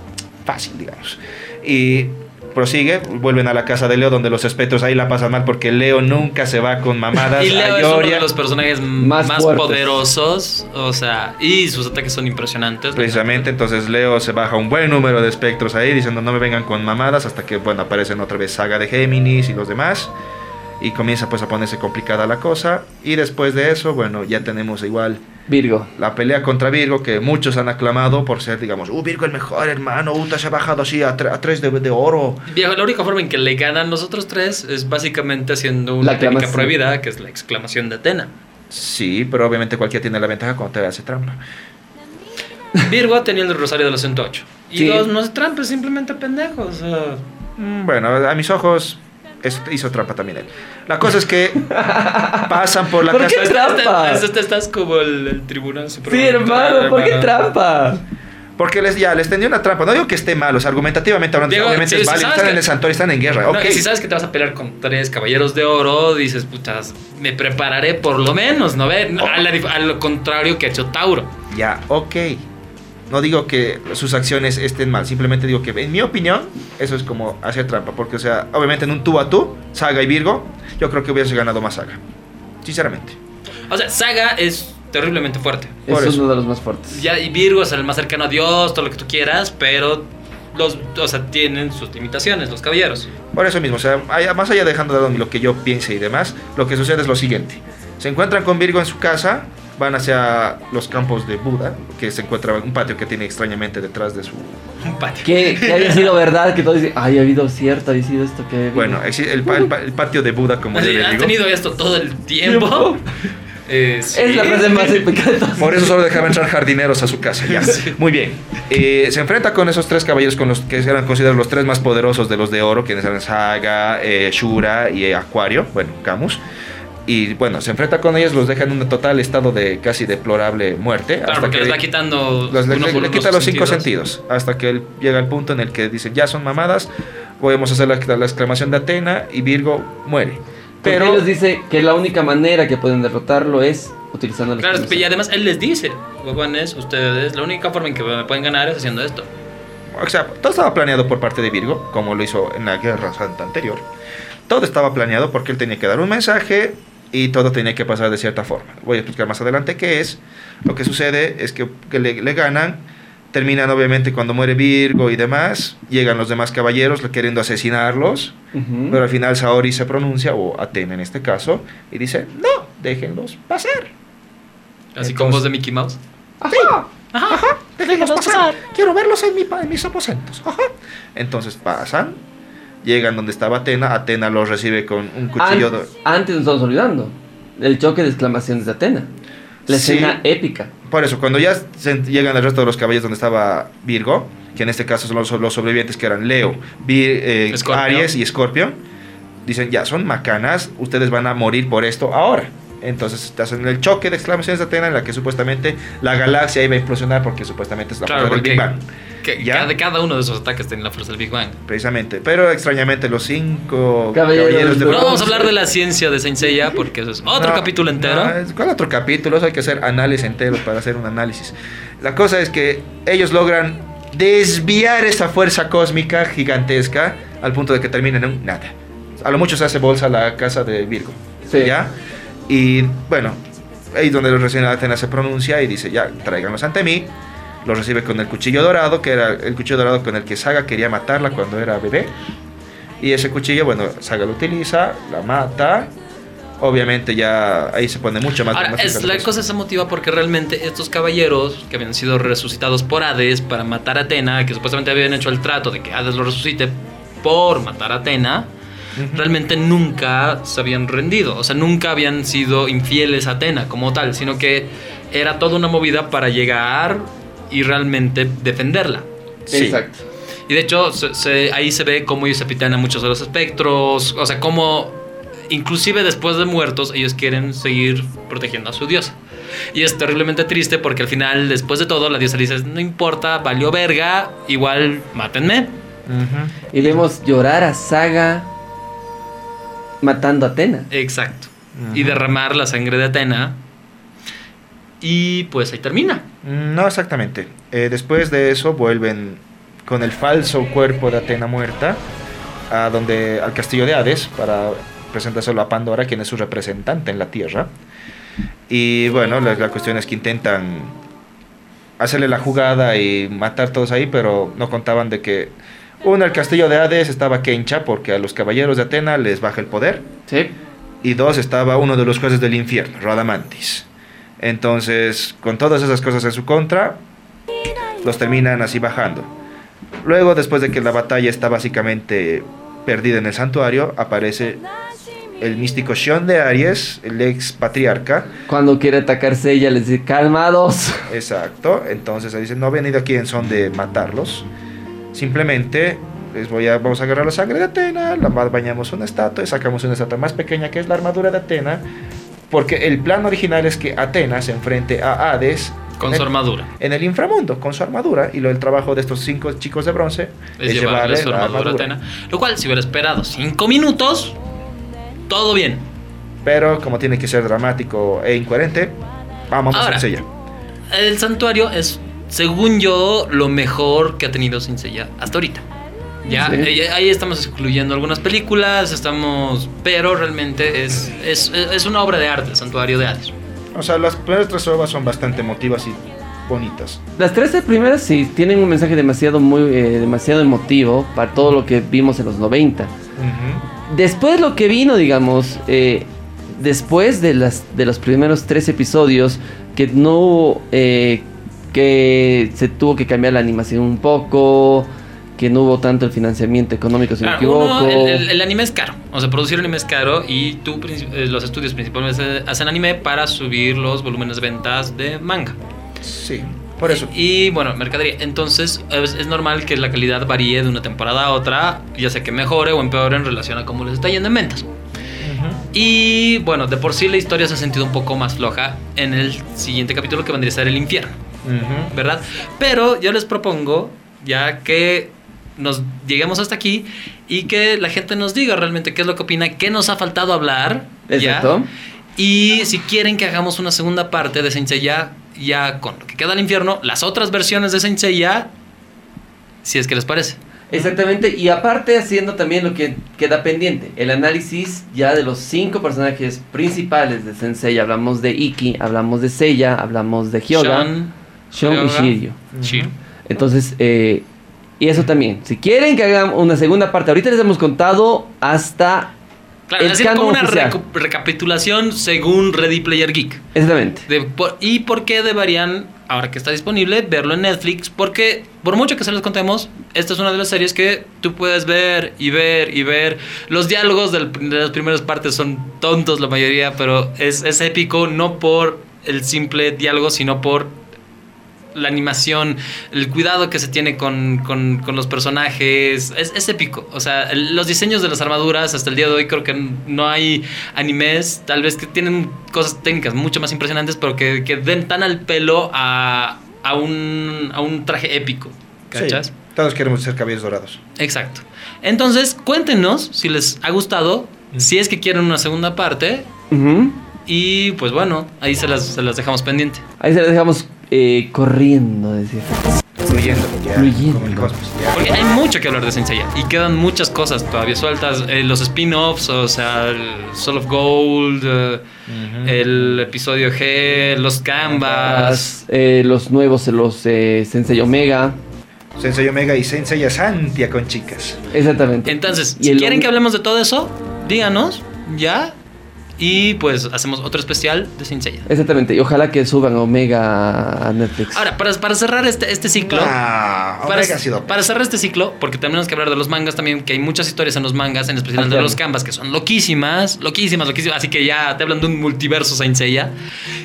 S3: fácil, digamos. Y prosigue, vuelven a la casa de Leo donde los espectros ahí la pasan mal porque Leo nunca se va con mamadas.
S1: Y Leo
S3: a
S1: es uno
S3: Ioria.
S1: de los personajes más,
S2: Más fuertes.
S1: poderosos, o sea, y sus ataques son impresionantes.
S3: Precisamente, entonces Leo se baja un buen número de espectros ahí diciendo no me vengan con mamadas hasta que, bueno, aparecen otra vez Saga de Géminis y los demás. Y comienza pues a ponerse complicada la cosa. Y después de eso, bueno, ya tenemos igual
S2: Virgo.
S3: la pelea contra Virgo que muchos han aclamado por ser, digamos, uh, Virgo el mejor hermano, Uta se ha bajado así a, tre- a tres de, de oro.
S1: Viejo, la única forma en que le ganan nosotros tres es básicamente haciendo una
S2: La
S1: técnica
S2: aclamación.
S1: prohibida, que es la exclamación de Atena.
S3: Sí, pero obviamente cualquiera tiene la ventaja cuando te hace trampa.
S1: Virgo tenía el rosario de los 108. Y
S2: Sí.
S1: dos, no es trampa, es simplemente pendejo. o sea,
S3: Mm, Bueno, a mis ojos es- hizo trampa también él. La cosa es que pasan por la
S2: ¿Por
S3: casa...
S2: ¿Qué trampa?
S1: Estás, estás- estás como el, el tribunal supremo.
S2: Sí, hermano, ¿por qué
S1: Hermano.
S2: trampa?
S3: Porque les, ya, les tendió una trampa. No digo que esté mal, o sea, argumentativamente hablando,
S1: Digo,
S3: obviamente
S1: si-
S3: es
S1: si
S3: válido.
S1: sabes
S3: Están
S1: que-
S3: en el santuario, están en guerra.
S1: No,
S3: ok.
S1: y Si sabes que te vas a pelear con tres caballeros de oro, dices, putas, me prepararé por lo menos, ¿no ve? A, la dif- a lo contrario que ha hecho Tauro.
S3: Ya, ok. No digo que sus acciones estén mal, simplemente digo que, en mi opinión, eso es como hacer trampa. Porque, o sea, obviamente en un tú a tú, Saga y Virgo, yo creo que hubiese ganado más Saga. Sinceramente.
S1: O sea, Saga es terriblemente fuerte.
S3: Por
S2: Es
S3: eso.
S2: uno de los más fuertes.
S1: Ya, y Virgo es el más cercano a Dios, todo lo que tú quieras, pero los, o sea, tienen sus limitaciones, los caballeros.
S3: Por eso mismo, o sea, hay- más allá dejando de lado lo que yo piense y demás, lo que sucede es lo siguiente. Se encuentran con Virgo en su casa, van hacia los campos de Buda, que se encuentra un patio que tiene extrañamente detrás de su...
S1: Un patio.
S2: Que, que haya sido verdad que todo dice, ay, ha habido cierto, ha sido esto que. ha habido".
S3: Bueno, exi- el, pa- el pa- el patio de Buda, como yo
S1: Así,
S3: le
S1: han
S3: digo.
S1: tenido esto todo el tiempo.
S2: ¿Tiempo?
S1: Eh, sí.
S2: es la frase más implicada.
S3: Por eso solo dejaba entrar jardineros a su casa. ya.
S1: Sí.
S3: Muy bien. Eh, se enfrenta con esos tres caballeros con los que eran considerados los tres más poderosos de los de oro, quienes eran Saga, eh, Shura y eh, Acuario, bueno, Camus. Y bueno, se enfrenta con ellos, los deja en un total estado de casi deplorable muerte.
S1: Claro, porque les va quitando.
S3: los- le-
S1: uno
S3: le-
S1: por
S3: le
S1: uno
S3: quita
S1: sus
S3: los cinco sentidos. Hasta que él llega al punto en el que dice, ya son mamadas, podemos hacer la, la exclamación de Atena y Virgo muere.
S2: Pero
S3: Pero
S2: ellos dice que la única manera que pueden derrotarlo es utilizando la
S1: Claro, y
S2: exclamación.
S1: además él les dice, huevones, ustedes, la única forma en que me pueden ganar es haciendo esto.
S3: O sea, todo estaba planeado por parte de Virgo, como lo hizo en la Guerra Santa anterior. Todo estaba planeado porque él tenía que dar un mensaje y todo tenía que pasar de cierta forma. Voy a explicar más adelante qué es. Lo que sucede es que, que le, le ganan, terminan obviamente cuando muere Virgo y demás, llegan los demás caballeros queriendo asesinarlos,
S2: Ujú.
S3: pero al final Saori se pronuncia, o Atena en este caso, y dice, no, déjenlos pasar.
S1: Así con
S3: Entonces-
S1: voz de Mickey Mouse.
S3: Déjenlos pasar. Quiero verlos en, mi pa- en mis aposentos. Ajá. Entonces pasan, llegan donde estaba Atena. Atena los recibe con un cuchillo.
S2: An-
S3: de-
S2: Antes nos estamos olvidando. El choque de exclamaciones de Atena. La
S3: Sí.
S2: escena épica.
S3: Por eso, cuando ya se- llegan el resto de los caballos donde estaba Virgo, que en este caso son los, los sobrevivientes que eran Leo, Vir- eh,
S1: Escorpio.
S3: Aries y Escorpio, dicen ya, son macanas, ustedes van a morir por esto ahora. Entonces te hacen el choque de exclamaciones de Atena en la que supuestamente la galaxia iba a implosionar porque supuestamente es la
S1: Claro,
S3: fuerza del
S1: porque-
S3: Big Bang.
S1: Que
S3: ¿Ya?
S1: cada, cada uno de esos ataques tiene la fuerza del Big Bang.
S3: Precisamente, pero extrañamente los cinco
S2: Caballeros
S3: caballeros de
S2: de-
S1: Pero no
S3: bronce-
S1: vamos a hablar de la ciencia de Saint Seiya porque eso es otro
S3: No,
S1: capítulo entero.
S3: no, ah, es- ¿Cuál otro capítulo? Eso hay que hacer análisis enteros para hacer un análisis. La cosa es que ellos logran desviar esa fuerza cósmica gigantesca al punto de que termina en un nada. A lo mucho se hace bolsa la casa de Virgo.
S2: Sí.
S3: ¿Ya? Y bueno, ahí es donde los recién Atena se pronuncia y dice, ya, tráiganlos ante mí. Los recibe con el cuchillo dorado, que era el cuchillo dorado con el que Saga quería matarla cuando era bebé. Y ese cuchillo, bueno, Saga lo utiliza, la mata. Obviamente ya ahí se pone mucho más...
S1: Ahora,
S3: más
S1: es, la
S3: picante.
S1: cosa se motiva porque realmente estos caballeros que habían sido resucitados por Hades para matar a Atena, que supuestamente habían hecho el trato de que Hades lo resucite por matar a Atena, realmente nunca se habían rendido, o sea, nunca habían sido infieles a Atena como tal, sino que era toda una movida para llegar y realmente defenderla.
S3: Sí.
S2: Exacto.
S1: Y de hecho, se- se- ahí se ve cómo ellos se pitan a muchos de los espectros. O sea, cómo inclusive después de muertos ellos quieren seguir protegiendo a su diosa. Y es terriblemente triste porque al final, después de todo, la diosa le dice, no importa, valió verga, igual mátenme.
S3: Ujú.
S2: Y vemos llorar a Saga matando a Atena.
S1: Exacto. Y derramar la sangre de Atena. Y pues ahí termina.
S3: No exactamente. Eh, después de eso vuelven con el falso cuerpo de Atena muerta. a donde, al castillo de Hades para presentárselo a Pandora, quien es su representante en la Tierra. Y bueno, la, la cuestión es que intentan hacerle la jugada y matar todos ahí, pero no contaban de que uno, el castillo de Hades estaba Kencha porque a los caballeros de Atena les baja el poder
S2: Sí.
S3: y dos estaba uno de los jueces del infierno, Radamantis. Entonces, con todas esas cosas en su contra, los terminan así bajando. Luego, después de que la batalla está básicamente perdida en el santuario, aparece el místico Shion de Aries, el ex patriarca.
S2: Cuando quiere atacarse ella les dice, calmados.
S3: Exacto. Entonces ahí dicen, no he venido aquí en son de matarlos. Simplemente les voy a, vamos a agarrar la sangre de Atena, la ba- bañamos una estatua y sacamos una estatua más pequeña que es la armadura de Atena. Porque el plan original es que Atena se enfrente a Hades
S1: Con
S3: en
S1: su
S3: el-
S1: armadura.
S3: en el inframundo con su armadura. Y lo, el trabajo de estos cinco chicos de bronce
S1: Es, llevarle su armadura a Atena. Lo cual, si hubiera esperado cinco minutos, todo bien.
S3: Pero como tiene que ser dramático e incoherente, vamos
S1: Ahora.
S3: a sencilla.
S1: El santuario es, según yo, lo mejor que ha tenido Sin Seiya hasta ahorita. Ya,
S2: Sí.
S1: eh, ahí estamos excluyendo algunas películas, estamos. Pero realmente es, es, es una obra de arte, el santuario de Hades.
S3: O sea, las primeras tres obras son bastante emotivas y bonitas.
S2: Las tres primeras sí tienen un mensaje demasiado, muy, eh, demasiado emotivo para todo lo que vimos en los 90. Después lo que vino, digamos, eh, después de, las, de los primeros tres episodios, que no hubo, eh, que se tuvo que cambiar la animación un poco, que no hubo tanto el financiamiento económico, si no me
S1: Claro, Ah, uno,
S2: equivoco.
S1: el, el- el anime es caro. O sea, producir anime es caro y tú, princi- eh, los estudios principalmente hacen anime para subir los volúmenes de ventas de manga.
S3: Sí, por eso.
S1: Y bueno, mercadería. Entonces es, es normal que la calidad varíe de una temporada a otra, ya sea que mejore o empeore en relación a cómo les está yendo en ventas. Y bueno, de por sí la historia se ha sentido un poco más floja en el siguiente capítulo que vendría a ser el infierno,
S3: Ujú.
S1: ¿verdad? Pero yo les propongo, ya que nos lleguemos hasta aquí y que la gente nos diga realmente qué es lo que opina, qué nos ha faltado hablar. ¿ya?
S2: Exacto.
S1: Y si quieren que hagamos una segunda parte de Saint Seiya, ya con lo que queda del infierno, las otras versiones de Saint Seiya, si es que les parece.
S2: Exactamente, y aparte haciendo también lo que queda pendiente, el análisis ya de los cinco personajes principales de Sensei. Hablamos de Iki, hablamos de Seiya, hablamos de Hyoga,
S1: Sean,
S2: Shon y
S1: Hyoga.
S2: Shiryu.
S1: Shiryu.
S2: Entonces, eh, y eso también. Si quieren que hagan una segunda parte, ahorita les hemos contado hasta.
S1: Claro,
S2: El
S1: es decir, como
S2: canon
S1: una
S2: oficial.
S1: recu- recapitulación según Ready Player Geek.
S2: Exactamente.
S1: De por- y por qué deberían, ahora que está disponible, verlo en Netflix. Porque, por mucho que se les contemos, esta es una de las series que tú puedes ver y ver y ver. Los diálogos del- de las primeras partes son tontos la mayoría, pero es, es épico no por el simple diálogo, sino por la animación, el cuidado que se tiene con, con- con los personajes, es, es épico. O sea, el- los diseños de las armaduras hasta el día de hoy creo que n- no hay animes, tal vez que tienen cosas técnicas mucho más impresionantes, pero que, que den tan al pelo a, a un, a un traje épico. ¿Cachas?
S3: Sí, todos queremos ser caballeros dorados.
S1: Exacto. Entonces, cuéntenos si les ha gustado, si es que quieren una segunda parte,
S2: Ujú.
S1: y pues bueno, ahí se las, se las dejamos pendiente.
S2: Ahí se las dejamos eh, corriendo, decía.
S3: Fluyendo. ya,
S2: Fluyendo.
S3: Como el cosmos. ya.
S1: Porque hay mucho que hablar de Saint Seiya y quedan muchas cosas todavía sueltas. eh, los spin-offs, o sea, el Soul of Gold, eh,
S2: Ah.
S1: el episodio G, los Canvas.
S2: Las, eh, los nuevos, los eh, Sensei Omega.
S3: Sensei Omega y Sensei Asantia con chicas.
S2: Exactamente.
S1: Entonces,
S2: Y
S1: si
S2: el
S1: quieren
S2: om-
S1: que hablemos de todo eso, díganos ya. Y pues hacemos otro especial de Saint Seiya.
S2: Exactamente. Y ojalá que suban Omega a Netflix.
S1: Ahora, para, para cerrar este, este ciclo.
S3: Ah,
S1: Para,
S3: Omega ha sido.
S1: para cerrar este ciclo, porque tenemos que hablar de los mangas también, que hay muchas historias en los mangas, en especial
S2: Ah,
S1: de
S2: claro.
S1: los canvas, que son loquísimas, loquísimas, loquísimas. Así que ya te hablan de un multiverso Saint Seiya,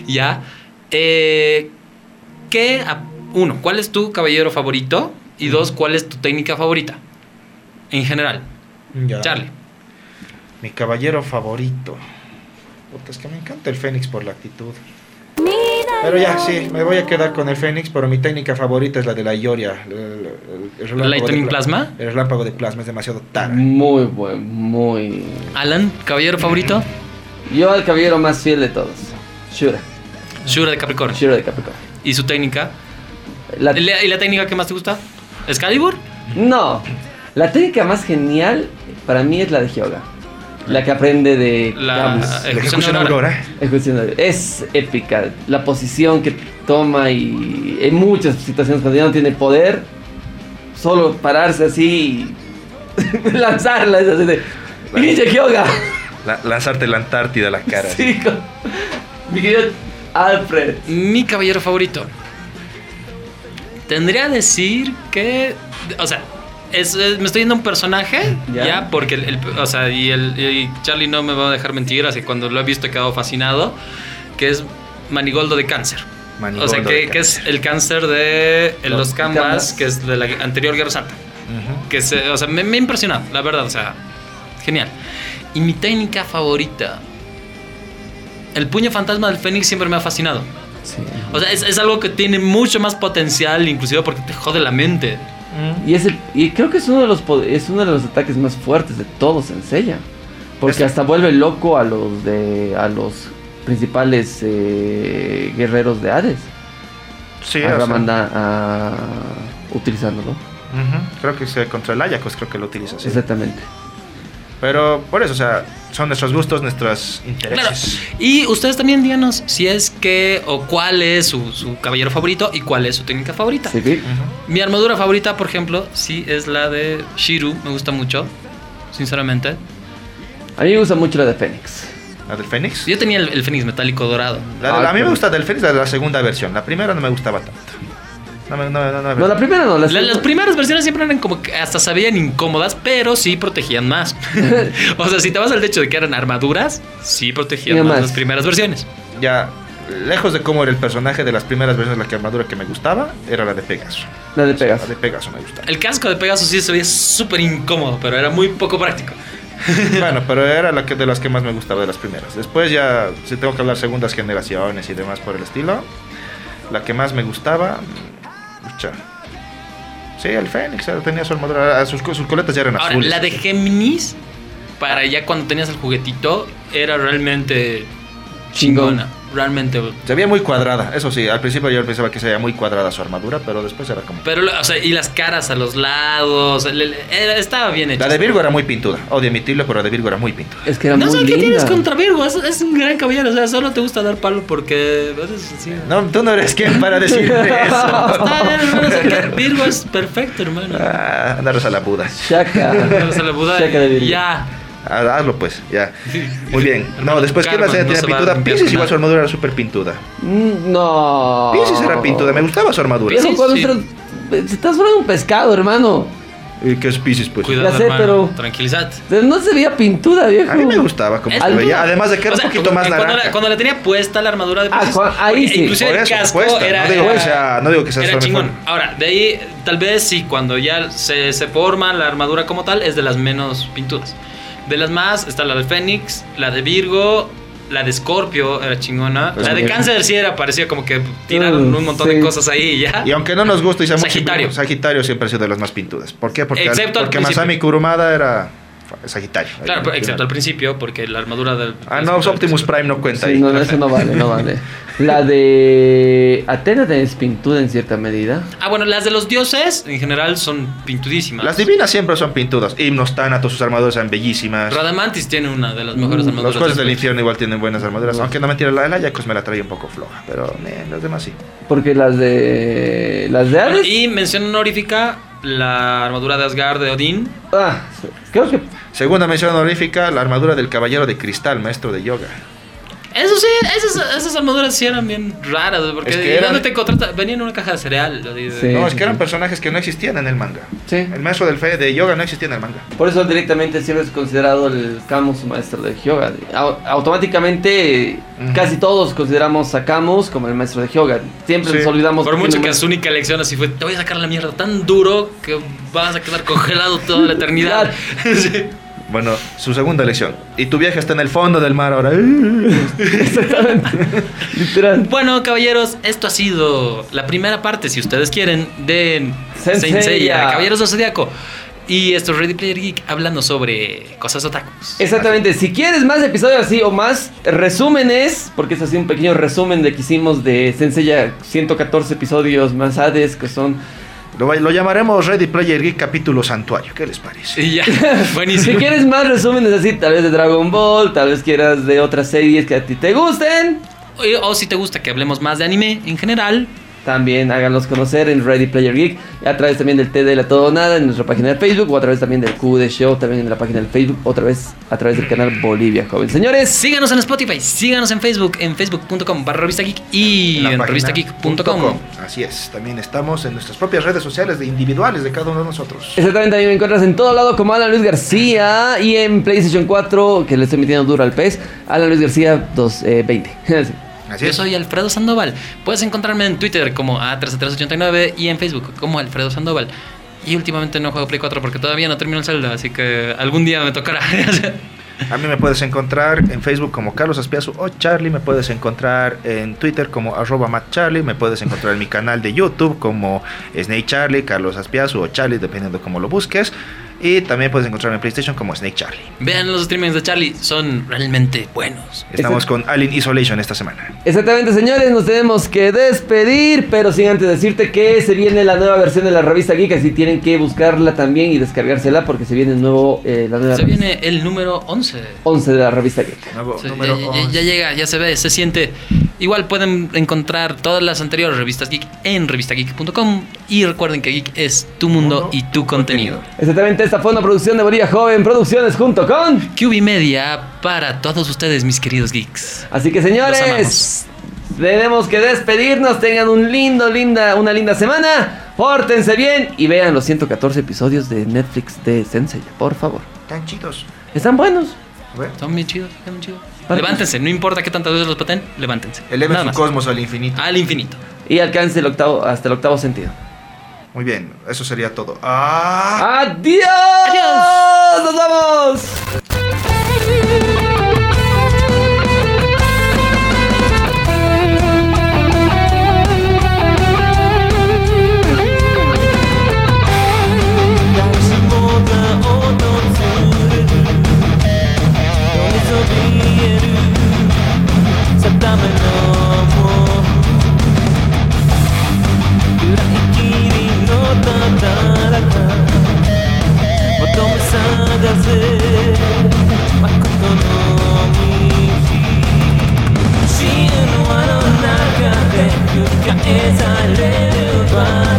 S1: Ya. Eh, ¿Qué? a- Uno, ¿cuál es tu caballero favorito? Y dos, ¿cuál es tu técnica favorita? En general,
S3: Ya.
S1: Charlie.
S3: Mi caballero favorito. Puta, es que me encanta el Fénix por la actitud. Pero ya, sí, me voy a quedar con el Fénix, pero mi técnica favorita es la de la Ioria. El, el- el relámpago
S1: Lightning
S3: de pla-
S1: Plasma. Mm.
S3: El relámpago de plasma es demasiado tarde.
S2: Muy buen, muy.
S1: Alan, ¿caballero favorito?
S2: Yo al caballero más fiel de todos. Shura.
S1: Shura de Capricornio.
S2: Shura de Capricornio.
S1: ¿Y su técnica?
S2: La-
S1: ¿Y la- y la técnica que más te gusta? ¿Excalibur?
S2: No. La técnica más genial para mí es la de Hyoga. La que aprende de
S1: La
S2: Camus.
S3: eh.
S1: ejecución
S3: ejecución
S1: aurora.
S3: aurora.
S2: Ejecución de- Es épica. La posición que toma y en muchas situaciones cuando ya no tiene poder, solo pararse así y lanzarla. Es así de. ¡Ninja Kyoga!
S3: La- lanzarte la Antártida a la cara.
S2: Sí, con- Mi querido Alfred.
S1: Mi caballero favorito. Tendría decir que. O sea, es- es- me estoy yendo a un personaje.
S2: Ya.
S1: Ya, porque. el- el- o sea, y, el, y Charlie no me va a dejar mentir. Así que cuando lo he visto he quedado fascinado. Que es Manigoldo de Cáncer.
S3: Manigoldo
S1: o sea, que,
S3: de
S1: que es el cáncer de eh,
S2: Los
S1: los
S2: Canvas.
S1: Canvas, que es de la anterior Guerra Santa.
S3: Ujú.
S1: Que se, o sea, me, me ha impresionado, la verdad, o sea, genial. Y mi técnica favorita. El puño fantasma del Fénix siempre me ha fascinado. O sea, es, es algo que tiene mucho más potencial, inclusive porque te jode la mente.
S2: Y, es el- y creo que es uno, de los, po- es uno de los ataques más fuertes de todos en Sella. Porque
S3: Es-
S2: hasta vuelve loco a los de a los principales eh, guerreros de Hades.
S3: Sí,
S2: a
S3: o sea,
S2: Ramanda a, utilizándolo.
S3: ujú. Creo que se contra el Ayacos, creo que lo utiliza así.
S2: Exactamente.
S3: Pero por eso, o sea, son nuestros gustos, nuestros
S1: Claro.
S3: intereses.
S1: Y ustedes también díganos si es que o cuál es su, su caballero favorito y cuál es su técnica favorita.
S2: Sí, sí.
S3: Ujú.
S1: Mi armadura favorita, por ejemplo, sí es la de Shiru, me gusta mucho, sinceramente.
S2: A mí me gusta mucho la de Fénix.
S3: La del Fénix.
S1: Yo tenía el, el Fénix metálico dorado.
S3: La de-
S2: Ah,
S3: a mí
S2: pero-
S3: me gusta del Fénix la de la segunda versión. La primera no me gustaba tanto. No, me- no, no, no me-
S2: No, la primera no, la
S1: La- las
S2: segunda.
S1: primeras versiones siempre eran como que hasta se veían incómodas, pero sí protegían más. o sea, si te vas al hecho de que eran armaduras, sí protegían
S2: Y
S1: más
S2: además-
S1: las primeras versiones.
S3: Ya, lejos de cómo era el personaje de las primeras versiones, la que armadura que me gustaba era la de Pegaso.
S2: La de
S3: La
S2: Pegasus.
S3: de Pegaso me gustaba.
S1: El casco de Pegasus sí se veía súper incómodo, pero era muy poco práctico.
S3: bueno, pero era la que, de las que más me gustaba de las primeras. Después ya, si tengo que hablar segundas generaciones y demás por el estilo, la que más me gustaba... mm, pucha. Sí, el Fénix, eh, tenía su armadura, ah, sus, co- sus coletas ya eran
S1: Ahora,
S3: azules.
S1: la de Géminis, para ya cuando tenías el juguetito, era realmente
S2: Chingón.
S1: chingona. Realmente.
S3: Se veía muy cuadrada, eso sí, al principio yo pensaba que se veía muy cuadrada su armadura, pero después era como...
S1: Pero, o sea, y las caras a los lados, el- el- era- estaba bien hecha.
S3: La de Virgo era muy pintuda, odio admitirlo, pero la de Virgo era muy pintuda.
S2: Es que era
S1: No
S2: muy
S1: sé
S2: linda.
S1: qué tienes contra Virgo, es, es un gran caballero, o sea, solo te gusta dar palo porque... eres así.
S3: No, tú no eres quien para decirme eso.
S1: Está bien, hermano, o sea, que Virgo es perfecto, hermano.
S3: Ah, andaros a la Buda.
S2: Shaka.
S1: O sea, la Buda-
S2: Shaka de Virgo.
S1: ya.
S3: Ah, Hazlo pues, ya. Muy bien.
S1: Hermano,
S3: No, después que
S1: Carmen,
S3: la tenía
S1: no se va a
S3: pintuda.
S1: limpiar
S3: Pisces
S1: con
S3: igual
S1: nada.
S3: su armadura era súper pintuda.
S2: Mm, No.
S3: Pisces
S1: Ah.
S3: era pintuda, me gustaba su armadura.
S2: Viejo,
S1: Sí,
S2: cuando
S1: sí.
S2: entras- se transforma en un pescado, hermano.
S3: ¿Y ¿Qué es Pisces pues?
S1: Cuidado,
S2: Ya sé,
S1: hermano,
S2: pero-
S1: tranquilízate.
S2: No se veía pintuda, viejo.
S3: A mí me gustaba como
S1: Es
S3: se veía.
S2: altura.
S3: Además de que
S1: O
S3: era
S1: sea,
S3: un poquito más
S1: cuando La,
S3: naranja.
S1: cuando la tenía puesta la armadura de
S2: Ah,
S1: Piscis,
S2: cua- ahí
S1: porque
S2: sí.
S1: Inclusive
S3: Por
S1: el
S3: eso,
S1: casco
S3: puesta,
S1: era,
S3: no digo,
S1: era-
S3: o sea, no digo que sea
S1: era
S3: solo
S1: chingón.
S3: mejor.
S1: Ahora, de ahí, tal vez sí, cuando ya se, se forma la armadura como tal, es de las menos pintudas. De las más, está la de Fénix, la de Virgo, la de Escorpio era chingona.
S3: Pues
S1: la de
S3: mira.
S1: Cáncer sí era, parecía como que tiraron
S2: Mm,
S1: un montón
S2: sí.
S1: de cosas ahí y ya.
S3: Y aunque no nos gusta y sea muy
S1: Sagitario.
S3: simple, Sagitario siempre ha sido de las más pintudas. ¿Por qué? Porque,
S1: Excepto al
S3: porque
S1: principio.
S3: Masami Kurumada era Sagitario.
S1: Claro, pero excepto al principio, porque la armadura de.
S3: Ah, no, Optimus Prime no cuenta
S2: Sí,
S3: ahí.
S2: no, no, eso no vale, no vale. La de Atena es pintuda en cierta medida.
S1: Ah, bueno, las de los dioses en general son pintudísimas.
S3: Las divinas siempre son pintudas. Himnos, Thanatos, sus armaduras eran bellísimas.
S1: Radamantis tiene una de las mejores armaduras.
S3: Mm, Los jueces del
S1: del-
S3: infierno igual tienen buenas armaduras. Aunque no mentira, la de la Yacos me la trae un poco floja. Pero eh, los demás sí.
S2: Porque las de. Las de
S1: Bueno,
S2: Hades.
S1: y mención honorífica, la armadura de Asgard de Odín.
S2: Ah, creo que.
S3: Segunda mención honorífica, la armadura del caballero de cristal, maestro de yoga.
S1: Eso sí, esas, esas armaduras sí eran bien raras, porque
S3: Es que
S1: ¿y
S3: eran-
S1: ¿dónde te contratas? Venía en una caja de cereal. lo dice.
S2: Sí.
S3: No, es que eran personajes que no existían en el manga.
S2: Sí.
S3: El maestro del fe de yoga no existía en el manga.
S2: Por eso directamente siempre es considerado el Camus su maestro de yoga. Au- automáticamente
S3: Ujú.
S2: casi todos consideramos a Camus como el maestro de yoga. Siempre
S3: Sí.
S2: nos olvidamos.
S1: Por mucho que
S2: es
S1: su única lección así fue, te voy a sacar la mierda tan duro que vas a quedar congelado toda la eternidad. Sí.
S3: Bueno, su segunda lección. Y tu viaje está en el fondo del mar ahora.
S2: Literal.
S1: Bueno, caballeros, esto ha sido la primera parte, si ustedes quieren, de
S2: Saint
S1: Saint
S2: Seiya.
S1: Seiya, Caballeros del Zodiaco. Y esto es Ready Player Geek hablando sobre cosas otakus.
S2: Exactamente, si quieres más episodios así o más resúmenes, porque es así un pequeño resumen de que hicimos de Sensei 114 episodios más Hades, que son
S3: Lo, lo llamaremos Ready Player Geek capítulo santuario. ¿Qué les parece?
S1: Y ya,
S2: Si
S1: buenísimo.
S2: quieres más resúmenes así, tal vez de Dragon Ball, tal vez quieras de otras series que a ti te gusten,
S1: Oye, O si te gusta que hablemos más de anime en general,
S2: también háganlos conocer en Ready Player Geek, a través también del TD La Todo o Nada en nuestra página de Facebook o a través también del QD Show, también en la página de Facebook, otra vez a través del canal Bolivia Joven. Señores,
S1: síganos en Spotify, síganos en Facebook, en facebook.com barra revista geek
S3: En
S1: y
S3: la
S1: en
S3: página
S1: revistageek.com.
S3: punto com. Así es. También estamos en nuestras propias redes sociales de individuales de cada uno de nosotros.
S2: exactamente a mí me encuentras en todo lado como Alan Luis García y en PlayStation 4, que le estoy metiendo duro al pez, Alan Luis García eh, 220.
S3: Así
S1: Yo
S3: es.
S1: soy Alfredo Sandoval. Puedes encontrarme en Twitter como A33889 y en Facebook como Alfredo Sandoval. Y últimamente no juego Play 4 porque todavía no termino el Zelda, así que algún día me tocará.
S3: A mí me puedes encontrar en Facebook como Carlos Aspiazu o Charlie. Me puedes encontrar en Twitter como arroba MattCharlie. Me puedes encontrar en mi canal de YouTube como Snake Charlie, Carlos Aspiazu o Charlie, dependiendo cómo lo busques. Y también puedes encontrarme en PlayStation como Snake Charlie.
S1: Vean los streamings de Charlie, son realmente buenos.
S3: Estamos con Alien Isolation esta semana.
S2: Exactamente, señores, nos tenemos que despedir, pero sin antes decirte que se viene la nueva versión de la revista Geek, así tienen que buscarla también y descargársela porque se viene el nuevo, eh, la nueva
S1: Se
S2: revista
S1: viene el número 11.
S2: 11 de la revista Geek.
S3: Nuevo
S1: Sí, ya,
S3: número
S1: ya- ya
S3: 11.
S1: llega, ya se ve, se siente. Igual pueden encontrar todas las anteriores revistas geek en revistageek.com y recuerden que geek es tu mundo y tu contenido.
S2: Exactamente, esta fue una producción de Bolivia Joven Producciones junto con...
S1: QB Media para todos ustedes, mis queridos geeks.
S2: Así que señores, tenemos que despedirnos, tengan un lindo, linda, una linda semana, pórtense bien y vean los 114 episodios de Netflix de Sensei, por favor.
S3: Tan chidos.
S2: Están buenos.
S3: A ver.
S1: Son bien chidos, son bien chidos.
S2: Para-
S1: Levántense, no importa qué tantas veces los paten, levántense.
S3: Eleven
S1: Nada
S3: su
S1: más.
S3: cosmos al infinito.
S1: Al infinito.
S2: Y alcance el octavo, hasta el octavo sentido.
S3: Muy bien, eso sería todo. ¡Ah!
S2: ¡Adiós!
S1: ¡Adiós!
S2: ¡Nos vamos!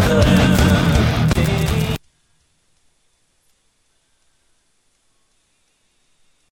S6: Thank you.